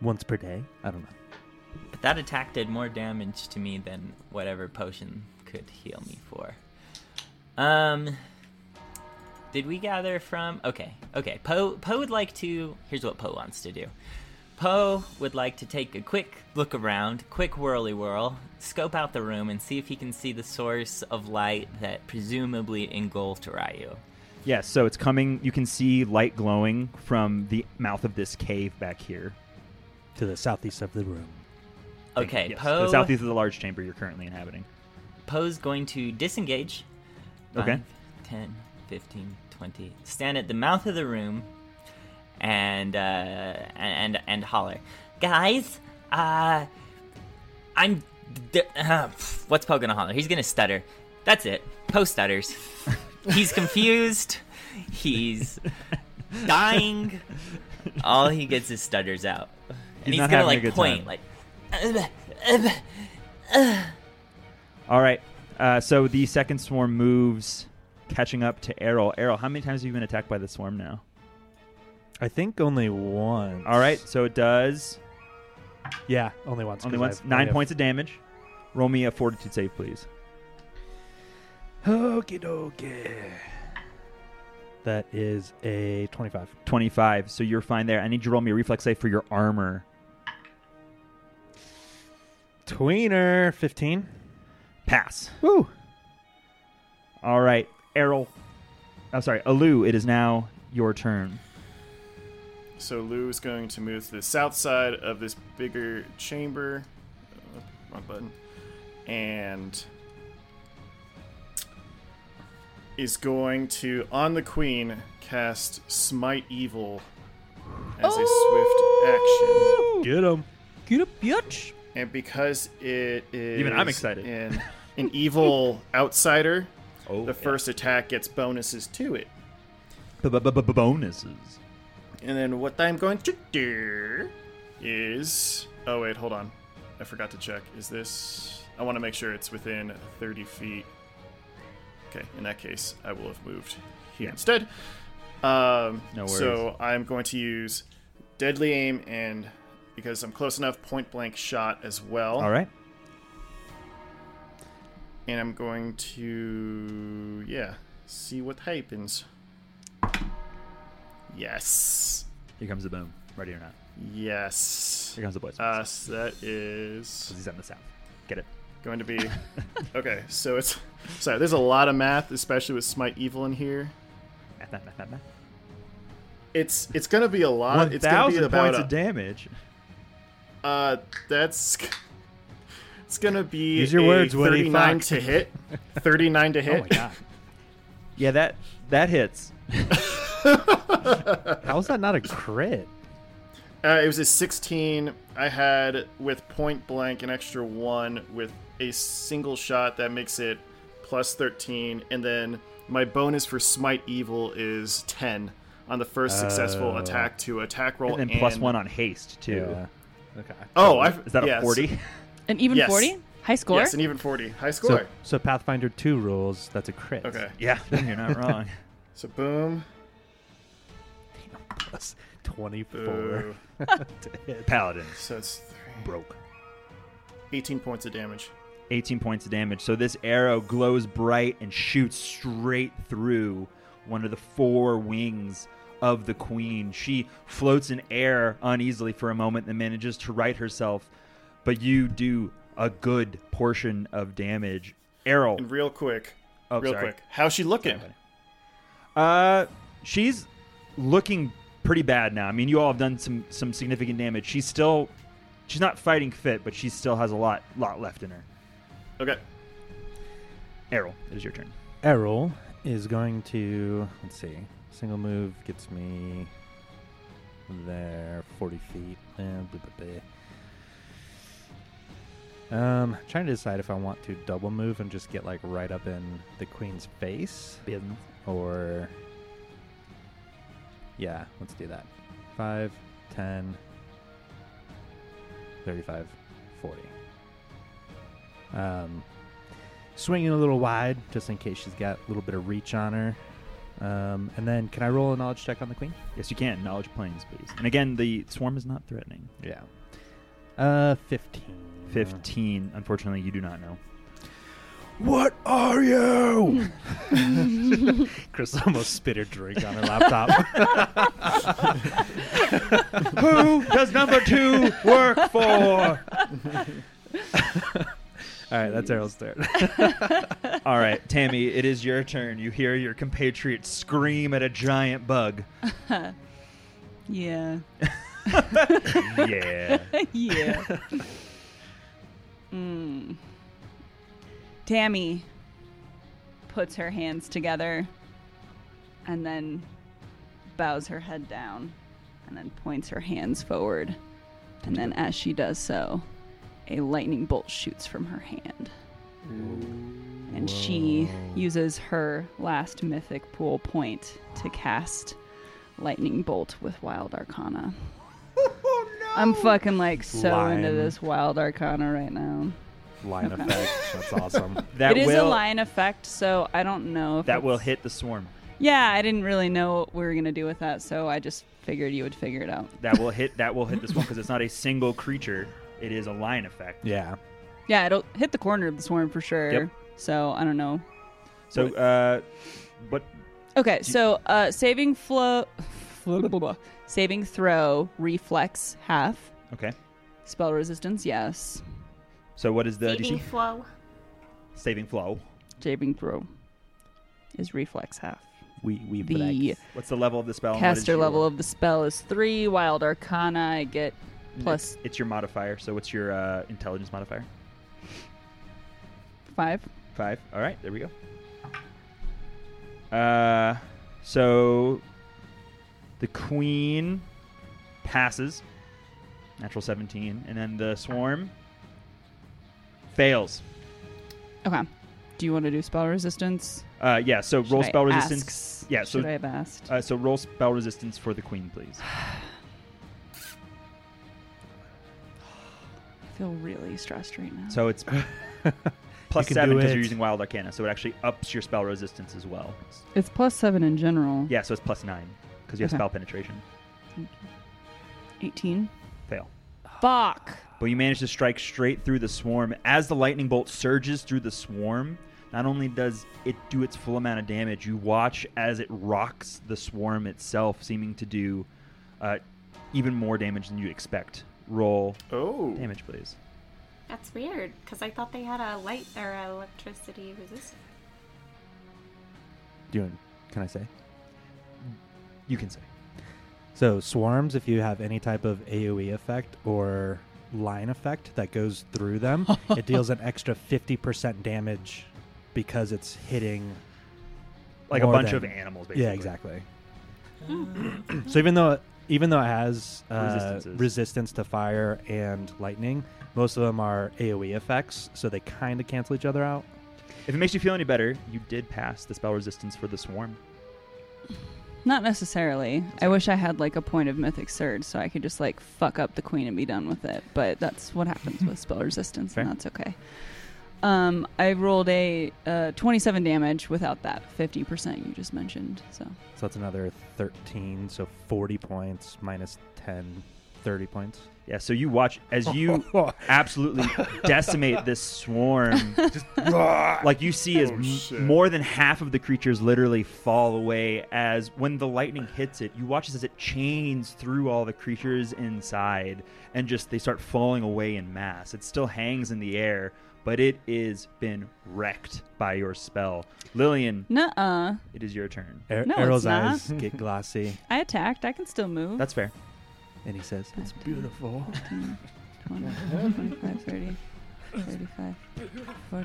S4: Once per day? I don't know.
S7: But that attack did more damage to me than whatever potion could heal me for. Um did we gather from okay, okay. Poe Poe would like to here's what Poe wants to do. Poe would like to take a quick look around, quick whirly whirl, scope out the room and see if he can see the source of light that presumably engulfed Ryu.
S1: Yes, so it's coming. You can see light glowing from the mouth of this cave back here.
S4: To the southeast of the room.
S7: Okay,
S1: Yes, to
S7: Poe
S1: the southeast of the large chamber you're currently inhabiting.
S7: Poe's going to disengage.
S1: Okay.
S7: 5, 10, 15, 20. Stand at the mouth of the room and uh, and and, and holler, guys. Uh, I'm. D- uh, what's Poe gonna holler? He's gonna stutter. That's it. Poe stutters. He's confused. He's dying. All he gets is stutters out,
S1: He's
S7: and he's,
S1: not
S7: gonna
S1: having a
S7: like
S1: good
S7: point,
S1: time.
S7: like. "Ugh, ugh, ugh."
S1: All right. Uh, so the second swarm moves, catching up to Errol. Errol, how many times have you been attacked by the swarm now?
S4: I think only once.
S1: All right. So it does
S4: Yeah, only once.
S1: only
S4: 'cause
S1: once
S4: I've- I
S1: nine
S4: have-
S1: points of damage. Roll me a fortitude save, please.
S3: Okie dokie.
S4: That is a 25.
S1: Twenty-five. So you're fine there. I need you to roll me a reflex save for your armor.
S4: Tweener, 15.
S1: Pass.
S4: Woo!
S1: All right, Errol. I'm sorry, Alu. It is now your turn.
S5: So Lou is going to move to the south side of this bigger chamber. Uh, Wrong button. And is going to, on the queen, cast Smite Evil as
S1: Oh!
S5: a swift action.
S4: Get him.
S2: Get up, bitch.
S5: And because it is
S1: Even I'm excited.
S5: An, an evil outsider,
S1: Oh,
S5: the first attack gets bonuses to it.
S1: bonuses.
S5: And then what I'm going to do is. Oh, wait, hold on. I forgot to check. Is this. I want to make sure it's within 30 feet. Okay, in that case, I will have moved here instead. Um,
S1: No
S5: So I'm going to use Deadly Aim and. Because I'm close enough, point blank shot as well.
S1: All right.
S5: And I'm going to. Yeah. See what happens. Yes.
S1: Here comes the boom. Ready or not.
S5: Yes.
S1: Here comes the boys.
S5: Uh, so that is
S1: 'Cause he's on the south. Get it.
S5: going to be okay. So it's sorry. There's a lot of math, especially with Smite Evil in here.
S1: Math, math, math, math, math.
S5: It's it's gonna be a lot.
S1: One
S5: Uh, It's gonna be
S1: thousand
S5: about
S1: points
S5: a,
S1: of damage.
S5: uh that's it's gonna be
S4: Use your
S5: a
S4: words, Woody,
S5: 39
S4: fuck.
S5: to hit. 39 to hit.
S4: Oh my god!
S1: Yeah, that that hits.
S4: How is that not a crit?
S5: Uh, it was a 16. I had with point blank an extra one with a single shot that makes it plus 13. And then my bonus for Smite Evil is 10 on the first successful
S4: Oh.
S5: attack to attack roll.
S1: And then plus one on haste too.
S4: Okay.
S5: Oh, I,
S1: Is that
S5: yes.
S1: a forty?
S2: An even
S5: Yes.
S2: 40? High score?
S5: Yes, an even 40. High score.
S4: So, so Pathfinder two rules. That's a crit.
S5: okay.
S1: yeah, you're not wrong.
S5: So boom.
S4: Plus twenty four.
S5: Boo.
S1: Paladin
S5: So it's three.
S1: broke.
S5: 18 points of damage.
S1: 18 points of damage. So this arrow glows bright and shoots straight through one of the four wings of the queen. She floats in air uneasily for a moment and manages to right herself, but you do a good portion of damage. Errol,
S5: And real quick.
S1: Oh,
S5: real
S1: sorry.
S5: quick. How's she looking?
S1: uh, she's looking pretty bad now. I mean, you all have done some some significant damage. She's still she's not fighting fit, but she still has a lot lot left in her.
S5: Okay.
S1: Errol, it is your turn.
S4: Errol is going to let's see. Single move gets me there forty feet. Eh, blah, blah, blah. Um, trying to decide if I want to double move and just get like right up in the queen's face,
S1: Business.
S4: or yeah, let's do that. 5, 10, 35, 40. Um, swinging a little wide just in case she's got a little bit of reach on her. Um, and then can I roll a knowledge check on the queen?
S1: Yes, you can. Knowledge planes, please. And again, the swarm is not threatening.
S4: Yeah. Uh, 15.
S1: 15. Unfortunately, you do not know.
S4: What are you? Chris almost spit her drink on her laptop.
S1: Who does number two work for?
S4: All right, that's Errol's turn.
S1: All right, Tammy, it is your turn. You hear your compatriot scream at a giant bug.
S2: Yeah.
S1: Yeah.
S2: yeah. Mm. Tammy puts her hands together and then bows her head down and then points her hands forward. And then, as she does so, a lightning bolt shoots from her hand. And she uses her last mythic pool point to cast Lightning Bolt with Wild Arcana. I'm fucking like so into
S4: Lime.
S2: this wild arcana right now.
S4: Line
S2: Okay.
S4: effect. That's awesome.
S1: That
S2: it is
S1: will
S2: a line effect, so I don't know if
S1: that will
S2: it's-
S1: hit the swarm.
S2: Yeah, I didn't really know what we were gonna do with that, so I just figured you would figure it out.
S1: That will hit that will hit the swarm because it's not a single creature. It is a line effect.
S4: Yeah.
S2: Yeah, it'll hit the corner of the swarm for sure.
S1: Yep.
S2: So I don't know.
S1: So uh what
S2: Okay, so uh, saving flow, blah, blah, blah, blah. saving throw, reflex half,
S1: okay.
S2: spell resistance yes,
S1: So what is the
S6: Saving
S1: DC?
S6: flow.
S1: Saving flow.
S2: saving throw is reflex half.
S4: We we
S2: The
S1: What's the level of the spell? and oh, what is
S2: caster
S1: your-
S2: level of the spell is three. Wild Arcana, I get plus
S1: It's your modifier. So what's your uh, intelligence modifier?
S2: five.
S1: Five. All right, there we go. Uh, so the queen passes, natural seventeen, and then the swarm fails.
S2: Okay. Do you want to do spell resistance?
S1: Uh, yeah. So roll
S2: Should I
S1: spell
S2: ask?
S1: resistance. Yeah.
S2: Should I
S1: So
S2: have asked?
S1: uh, so roll spell resistance for the queen, please.
S2: I feel really stressed right now.
S1: So it's plus
S4: can
S1: seven
S4: do
S1: because
S4: it.
S1: you're using wild arcana, so it actually ups your spell resistance as well.
S2: it's plus seven in general.
S1: Yeah. So it's plus nine because you have
S2: Okay.
S1: spell penetration.
S2: 18.
S1: Fail.
S2: Fuck.
S1: but you manage to strike straight through the swarm. As the lightning bolt surges through the swarm, Not only does it do its full amount of damage, you watch as it rocks the swarm itself, seeming to do uh, even more damage than you expect. Roll
S5: Oh.
S1: damage, please.
S6: That's weird, because I thought they had a light or a electricity resistant.
S4: Doing? Can I say?
S1: You can say.
S4: So swarms, if you have any type of AOE effect or line effect that goes through them, it deals an extra fifty percent damage because it's hitting.
S1: Like
S4: more
S1: a bunch
S4: than-
S1: of animals, basically.
S4: Yeah, exactly. so even though even though it has uh,
S1: Resistances.
S4: resistance to fire and lightning, most of them are AOE effects, so they kind of cancel each other out.
S1: If it makes you feel any better, you did pass the spell resistance for the swarm.
S2: Not necessarily. I wish I had like a point of mythic surge so I could just like fuck up the queen and be done with it. But that's what happens with spell resistance,
S1: Fair.
S2: and that's okay. Um, I rolled a uh, 27 damage without that 50% you just mentioned. So
S4: So that's another 13, so 40 points minus 10, 30 points.
S1: Yeah, so you watch as you absolutely decimate this swarm. like you see as
S5: Oh,
S1: m-
S5: shit.
S1: more than half of the creatures literally fall away as when the lightning hits it, you watch as it chains through all the creatures inside and just they start falling away in mass. It still hangs in the air, but it is been wrecked by your spell. Lillian,
S2: nuh-uh.
S1: it is your turn.
S4: Ar-
S2: No,
S4: Arrow's
S2: it's not.
S4: eyes get glossy,
S2: I attacked. I can still move.
S1: That's fair.
S4: and he says,
S2: That's
S3: Beautiful.
S2: 15, 20, 25, 30, 35, 40, 45,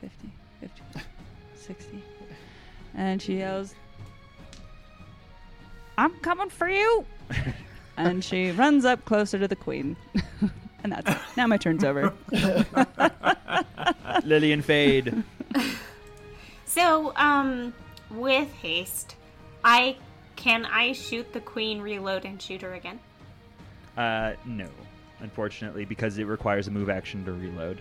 S2: 50, 55, 60. And she yells, I'm coming for you! and she runs up closer to the queen. and that's it. Now my turn's over.
S1: Lillian Fade.
S6: So, um, with haste, I can I shoot the queen, reload, and shoot her again?
S1: Uh, no, unfortunately, because it requires a move action to reload.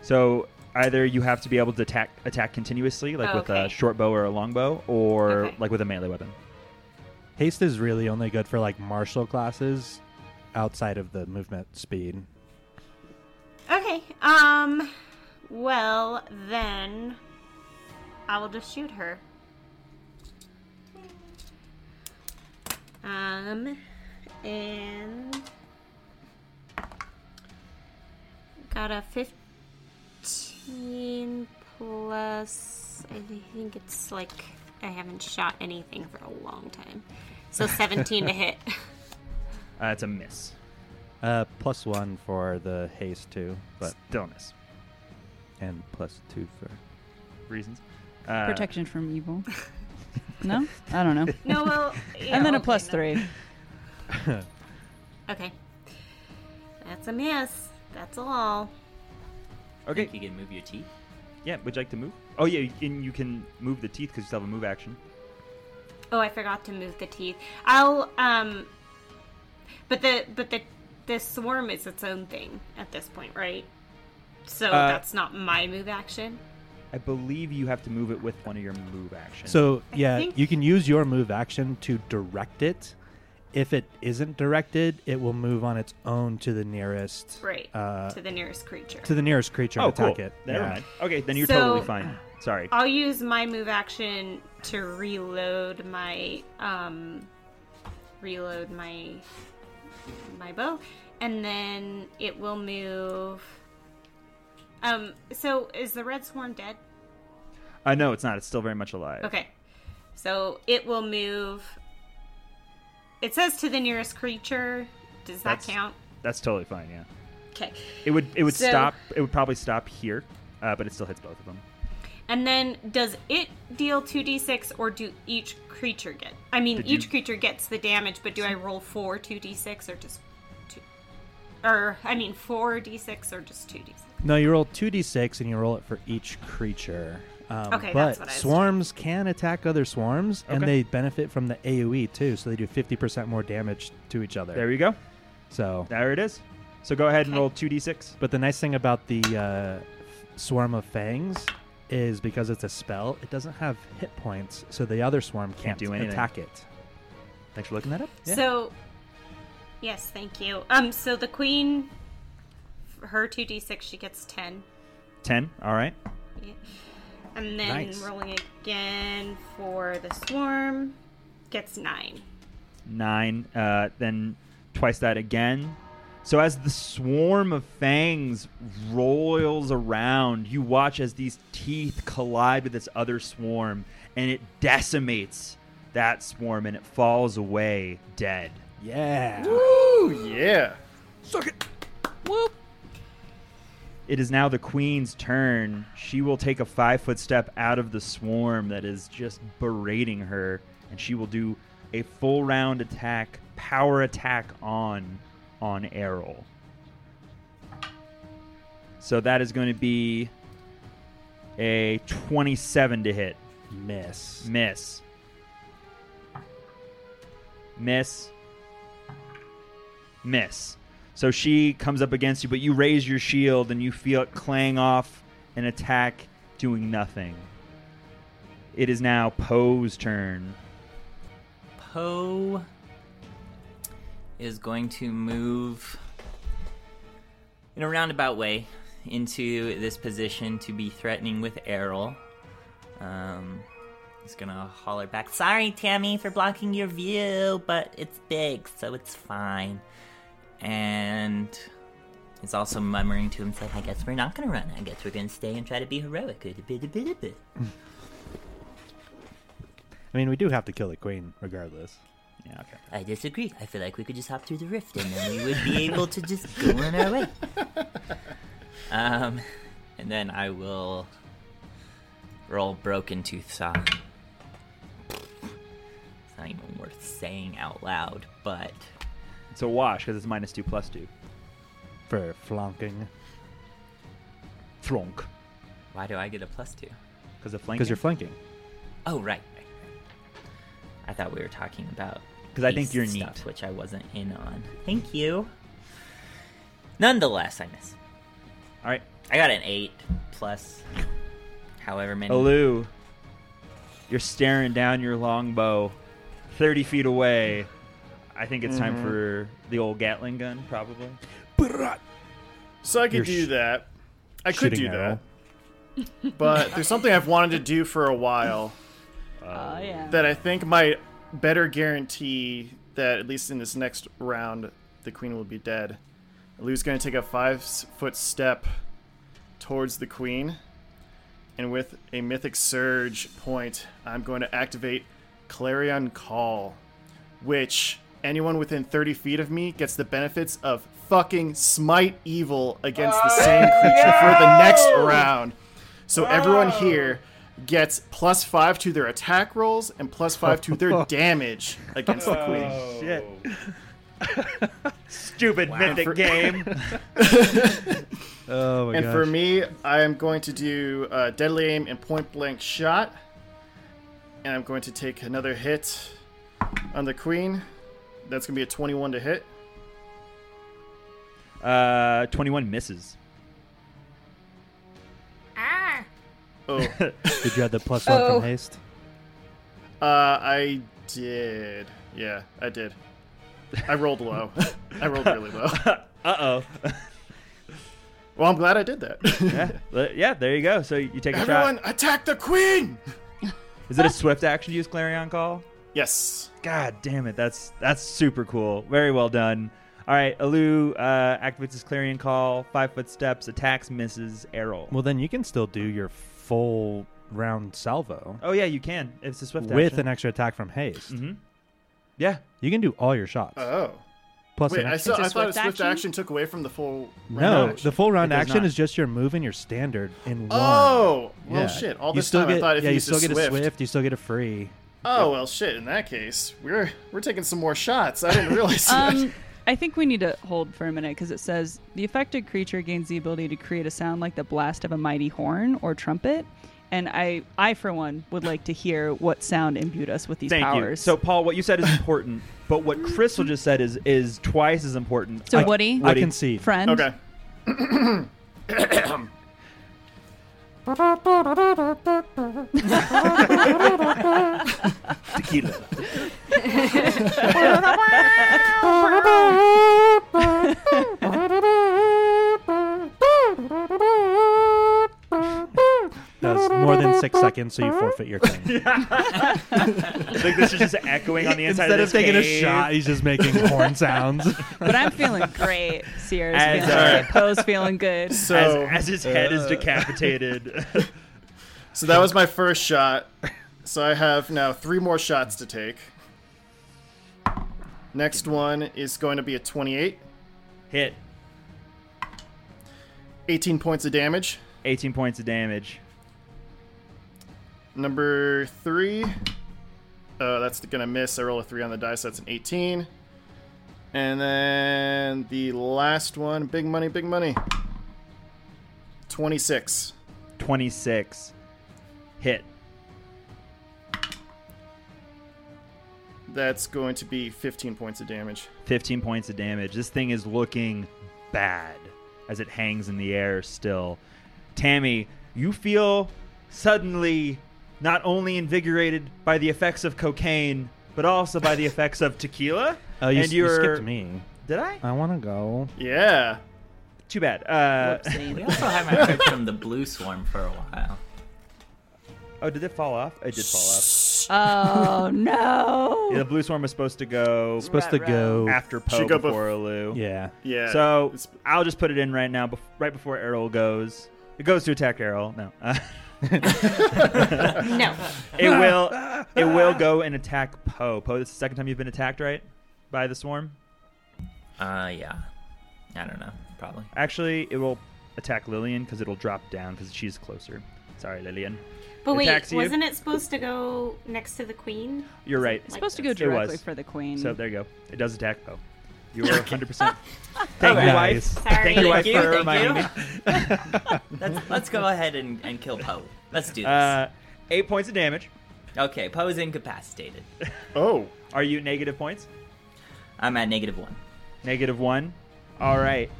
S1: So either you have to be able to attack attack continuously, like with
S6: Okay.
S1: a short bow or a long bow, or
S6: Okay.
S1: like with a melee weapon.
S4: Haste is really only good for like martial classes outside of the movement speed.
S6: Okay. Um. Well, then I will just shoot her. Um, and got a fifteen plus. I think it's like I haven't shot anything for a long time, so seventeen to hit.
S1: Uh, it's a miss,
S4: Uh, plus one for the haste too,
S1: but
S4: but
S1: still a miss.
S4: and plus two for.
S1: Reasons. Uh,
S2: Protection from evil. No? I don't know.
S6: No, well, yeah,
S2: And then a
S6: okay,
S2: plus
S6: no.
S2: three.
S6: Okay. That's a miss. That's all.
S7: Okay.
S1: okay.
S7: you can move your teeth.
S1: Yeah. Would you like to move? Oh yeah, and you can move the teeth because you still have a move action.
S6: Oh, I forgot to move the teeth. I'll um but the but the the swarm is its own thing at this point, right? So
S1: Uh,
S6: that's not my move action.
S1: I believe you have to move it with one of your move actions.
S4: So
S6: I
S4: yeah,
S6: think-
S4: you can use your move action to direct it. If it isn't directed, it will move on its own to the nearest
S6: Right.
S4: uh,
S6: to the nearest creature.
S4: to the nearest creature
S1: oh,
S4: and attack
S1: cool.
S4: it.
S1: Never
S4: Yeah.
S1: mind. Okay, then you're
S6: So- uh,
S1: totally fine. Sorry.
S6: I'll use my move action to reload my um reload my my bow and then it will move um so is the red swarm dead?
S1: Uh, no, it's not. It's still very much alive.
S6: Okay. So it will move. It says to the nearest creature. Does that
S1: That's-
S6: count?
S1: That's totally fine. Yeah.
S6: Okay.
S1: It would it would
S6: So-
S1: stop. It would probably stop here, uh, but it still hits both of them.
S6: And then does it deal 2d6 or do each creature get? I mean,
S1: Did
S6: each
S1: you-
S6: creature gets the damage, but do I roll 4 2d6 or just 2? Or, I mean, 4d6 or just 2d6?
S4: No, you roll two d six and you roll it for each creature. Um, but
S6: Okay, that's what I was doing.
S4: swarms can attack other swarms, and
S1: Okay.
S4: they benefit from the AOE too, so they do fifty percent more damage to each other.
S1: There you go.
S4: so,
S1: There it is. So go ahead and
S6: Okay.
S1: roll two d six.
S4: but the nice thing about the uh, f- swarm of fangs is because it's a spell, it doesn't have hit points, so the other swarm can't,
S1: do anything.
S4: attack it.
S1: Thanks for looking that up.
S6: So, yes, thank you. Um, so the queen, her 2d6, she gets 10.
S1: Ten. All right.
S6: And then
S4: Nice.
S6: rolling again for the swarm gets nine.
S1: nine, uh, then twice that again. So as the swarm of fangs roils around, you watch as these teeth collide with this other swarm, and it decimates that swarm, and it falls away dead.
S4: Yeah.
S5: Ooh, yeah.
S1: It is now the queen's turn. She will take a five foot step out of the swarm that is just berating her, and she will do a full round attack, power attack on on Errol. So that is going to be a 27 to hit.
S4: Miss.
S1: Miss. Miss. Miss. So she comes up against you, but you raise your shield and you feel it clang off an attack doing nothing. It is now Poe's turn.
S7: Poe is going to move in a roundabout way into this position to be threatening with Errol. Um, he's gonna holler back, "Sorry, Tammy, for blocking your view, but it's big, so it's fine." And he's also murmuring to himself, "I guess we're not gonna run. I guess we're gonna stay and try to be heroic."
S4: I mean, we do have to kill the queen regardless.
S1: Yeah, okay.
S7: I disagree. I feel like we could just hop through the rift and then we would be able to just go on our way. Um, and then I will roll Broken Tooth Saw. It's not even worth saying out loud, but
S1: It's a wash because it's minus two plus two.
S4: For flanking.
S1: Thronk.
S7: why do I get a plus two?
S1: Because of flanking.
S4: Because you're flanking.
S7: Oh, right. right, right. I thought we were talking about
S1: 'Cause I think
S7: beast
S1: you're
S7: stuff,
S1: neat.
S7: which I wasn't in on. Thank you. Nonetheless, I miss.
S1: All right.
S7: I got an eight plus however many.
S1: Alu, you're staring down your longbow 30 feet away. I think it's time for the old Gatling gun, probably.
S5: So I could
S4: You're
S5: do
S4: sh-
S5: that. I could
S4: shooting
S5: do
S4: arrow.
S5: that. But there's something I've wanted to do for a while
S2: Oh yeah.
S5: that I think might better guarantee that at least in this next round, the queen will be dead. Lou's going to take a five s- foot step towards the queen, and with a mythic surge point, I'm going to activate Clarion Call, which anyone within 30 feet of me gets the benefits of fucking smite evil against the same creature for the next round. So everyone here gets plus five to their attack rolls and plus five to their damage against the queen.
S1: Shit. Stupid mythic
S5: For-
S1: game.
S4: Oh my
S5: and for me, I am going to do uh, deadly aim and point blank shot, and I'm going to take another hit on the queen. That's gonna be a 21 to hit.
S1: Uh, 21 misses.
S5: Oh, uh,
S4: Did you have the plus one
S2: Oh.
S4: from haste?
S5: I did. Yeah, I did. I rolled low. I rolled really low.
S1: Uh oh.
S5: Well, I'm glad I did that.
S1: yeah, le- yeah, there you go. So you take a
S5: Everyone,
S1: shot.
S5: attack the queen!
S1: Is it a swift action to use Clarion Call?
S5: Yes.
S1: God damn it. That's that's super cool. Very well done. All right, Alu uh, activates his Clarion Call, five foot steps, attacks, misses, arrow.
S4: Well, then you can still do your full round salvo
S1: Oh yeah, you can. It's a swift
S4: with
S1: action.
S4: an extra attack from haste.
S5: Mm-hmm.
S1: hmm Yeah.
S4: You can do all your shots.
S5: Oh.
S4: plus
S5: Wait,
S4: an
S5: I,
S4: extra.
S5: saw,
S2: It's a
S5: I thought a
S2: swift
S5: swift action?
S2: action?
S5: took away from the full.
S4: No,
S5: round action.
S4: the full round
S1: does
S4: action
S1: not.
S4: is just your move and your standard in one.
S5: Oh, well,
S4: Yeah.
S5: shit. All
S4: you
S5: this
S4: still
S5: time
S4: get,
S5: I thought if
S4: yeah,
S5: you
S4: you
S5: used
S4: still get
S5: swift,
S4: a swift, you still get a free.
S5: Oh well, shit. In that case, we're we're taking some more shots. I didn't realize. that.
S2: Um, I think we need to hold for a minute because it says the affected creature gains the ability to create a sound like the blast of a mighty horn or trumpet. And I, I for one, would like to hear what sound imbued us with these
S1: Thank
S2: powers.
S1: you. So Paul, what you said is important, but what Crystal just said is is twice as important.
S2: So
S1: I-
S2: Woody,
S4: I can see.
S2: friend,
S5: Okay.
S1: Tequila.
S4: That was more than six seconds, so you forfeit your turn.
S1: like this is just echoing on the inside of,
S4: Instead
S1: this
S4: of taking a
S1: cave.
S4: shot, he's just making horn sounds.
S2: But I'm feeling great. Sierra's
S1: As
S2: feeling
S5: are-
S2: great. Poe's feeling good.
S1: As,
S5: So
S1: as his head is
S5: Uh.
S1: decapitated.
S5: So that was my first shot. So I have now three more shots to take. Next one is going to be a 28,
S1: Hit
S5: 18 points of damage.
S1: 18 points of damage.
S5: Number three, uh, that's going to miss. I roll a three on the dice, that's an 18. And then the last one, big money, big money, 26,
S1: 26. Hit
S5: that's going to be 15 points of damage.
S1: 15 points of damage. This thing is looking bad as it hangs in the air still. Tammy, you feel suddenly not only invigorated by the effects of cocaine, but also by the effects of tequila.
S4: Oh, you,
S1: and
S4: s- you
S1: you're-
S4: skipped me.
S1: Did I?
S4: I want to go.
S5: Yeah.
S1: Too bad. Uh,
S7: We also haven't heard from the blue swarm for a while.
S1: oh, did it fall off? It did fall off.
S2: Oh no!
S1: Yeah, the blue swarm was supposed to go
S4: Supposed to
S2: Ruh-roh.
S4: go.
S1: after Poe
S5: Should go bef-
S1: before Alu.
S4: Yeah.
S5: Yeah.
S1: So
S5: it's-
S1: I'll just put it in right now, bef- right before Errol goes. It goes to attack Errol. No, Uh,
S6: No.
S1: it will. It will go and attack Poe. Poe, this is the second time you've been attacked, right? By the swarm.
S7: Uh, yeah. I don't know. Probably.
S1: Actually, it will attack Lillian because it'll drop down because she's closer. Sorry, Lillian.
S6: But
S1: Attacks
S6: wait,
S1: you.
S6: wasn't it supposed to go next to the queen?
S1: You're right.
S2: It's supposed to go
S6: Like
S1: this. It
S2: directly
S1: was.
S2: for the queen.
S1: So there you go. It does attack Poe. You're 100. percent Thank
S7: Alright.
S1: you, wife.
S4: Nice.
S6: Sorry.
S1: Thank you, wife,
S7: Thank you,
S1: for
S7: thank
S1: reminding me.
S7: you. Let's, let's go ahead and, and kill Poe. Let's do this.
S1: Uh, eight points of damage.
S7: okay, Poe's incapacitated.
S5: oh,
S1: Are you negative points?
S7: I'm at negative one.
S1: Negative one. All right.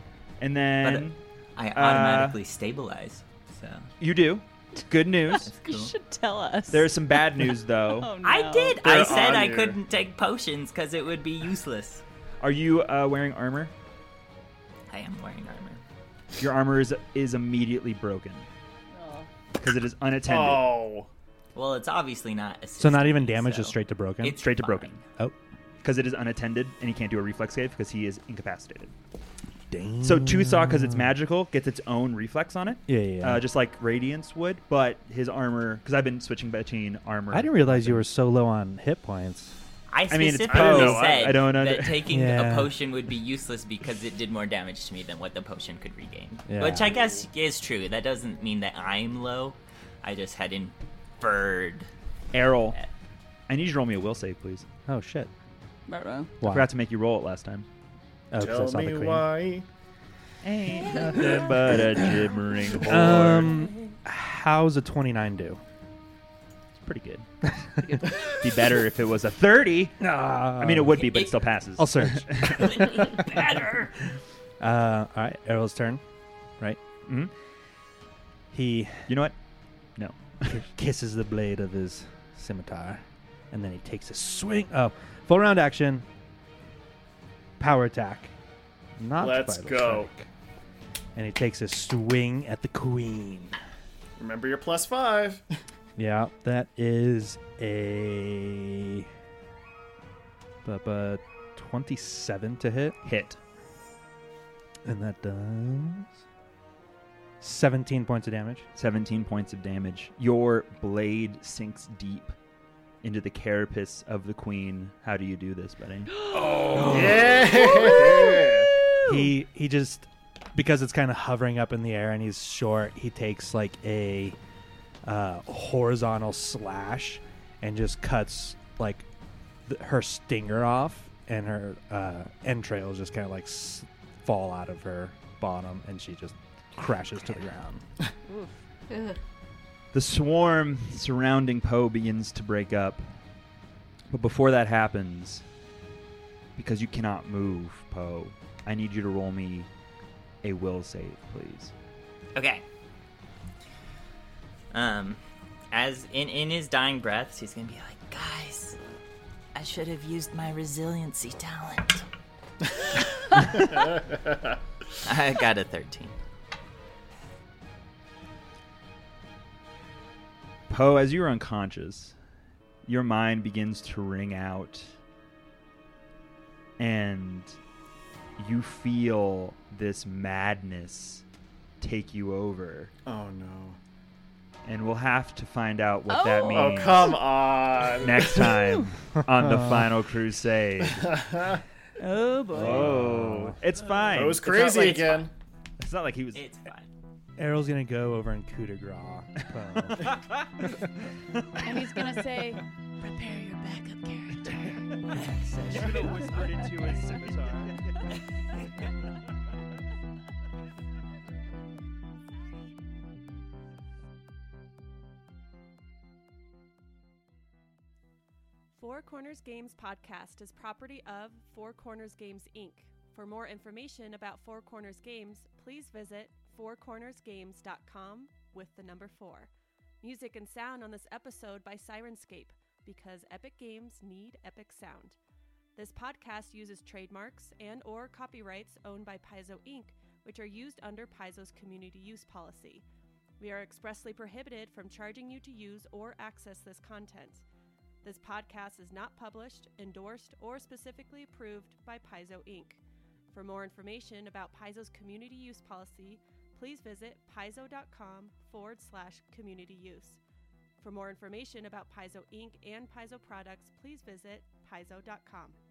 S1: And
S7: But uh,
S1: then
S7: I automatically stabilize. So
S1: you do. Good news.
S7: that's
S2: you
S7: cool.
S2: should tell us.
S1: There's some bad news though.
S2: Oh, no.
S7: I did. I
S5: They're
S7: said
S5: on
S7: I
S5: there.
S7: couldn't take potions because it would be useless.
S1: Are you uh, wearing armor?
S7: I am wearing armor.
S1: Your armor is is immediately broken because it is unattended.
S5: oh,
S7: Well, it's obviously not. Assisted,
S4: So not even damage,
S7: so
S4: just straight to broken.
S7: It's
S1: Straight to
S7: fine.
S1: broken.
S4: oh,
S1: Because it is unattended, and he can't do a reflex save because he is incapacitated. So two saw because it's magical gets its own reflex on it.
S4: Mm. Yeah, yeah, yeah.
S1: Uh, just like radiance would, but his armor because I've been switching between armor.
S4: I didn't realize you were so low on hit points.
S7: I
S1: I mean, it's
S7: specifically
S5: Poe.
S7: said
S1: Oh, I don't under-
S7: that taking
S4: Yeah.
S7: a potion would be useless because it did more damage to me than what the potion could regain.
S4: Yeah.
S7: Which I guess is true. That doesn't mean that I'm low. I just had inferred.
S1: Errol,
S7: that.
S1: I need you to roll me a will save, please.
S4: Oh shit!
S2: Ruh-roh.
S1: I
S4: Why?
S1: forgot to make you roll it last time.
S4: Oh, 'cause I
S5: tell
S4: saw the
S5: me
S4: queen.
S5: why.
S1: Ain't nothing but a gibbering whore.
S4: Um, how's a twenty-nine do?
S1: it's pretty good. be better if it was a thirty. I mean, it would be, but it still passes.
S4: I'll search.
S7: Better.
S4: uh, all right, Errol's turn. Right.
S5: Mm-hmm.
S1: Mhm.
S4: He
S1: You know what? No.
S4: kisses the blade of his scimitar, and then he takes a swing. Oh, full round action. Power attack. Not
S5: Let's
S4: vital
S5: go.
S4: strike. And he takes a swing at the queen.
S5: Remember your plus five.
S4: Yeah, that is a bu- bu- 27 to hit,
S1: Hit.
S4: and that does 17 points of damage.
S1: 17 points of damage. Your blade sinks deep into the carapace of the queen. How do you do this, buddy?
S5: Yeah.
S4: He he just because it's kind of hovering up in the air and he's short, he takes like a uh, horizontal slash and just cuts like th- her stinger off, and her uh, entrails just kind of like s- fall out of her bottom, and she just crashes to the ground.
S1: The swarm surrounding Poe begins to break up. But before that happens, because you cannot move, Poe, I need you to roll me a will save, please.
S7: Okay. Um, as in in his dying breaths, he's gonna be like, guys, I should have used my resiliency talent. I got a thirteen.
S1: Poe, as you're unconscious, your mind begins to ring out and you feel this madness take you over.
S5: Oh no.
S1: And we'll have to find out what that
S8: Oh.
S5: Oh
S1: means
S5: come on.
S1: next time on the Final Crusade.
S2: Oh boy.
S1: Oh, it's fine.
S5: it was
S1: It's not
S5: crazy
S1: like-
S5: again.
S1: It's not like he was.
S7: It's fine.
S4: Errol's gonna go over and coup de grace. Poe.
S8: And he's gonna say, prepare your backup character.
S1: You're gonna whisper it into his scimitar.
S9: Four Corners Games podcast is property of Four Corners Games Inc. For more information about Four Corners Games, please visit fourcornersgames.com with the number 4. Music and sound on this episode by Sirenscape because epic games need epic sound. This podcast uses trademarks and or copyrights owned by Paizo Inc, which are used under Paizo's community use policy. We are expressly prohibited from charging you to use or access this content. This podcast is not published, endorsed, or specifically approved by Paizo Inc. For more information about Paizo's community use policy, please visit paizo.com forward slash community use. For more information about Paizo Inc. and Paizo products, please visit paizo.com.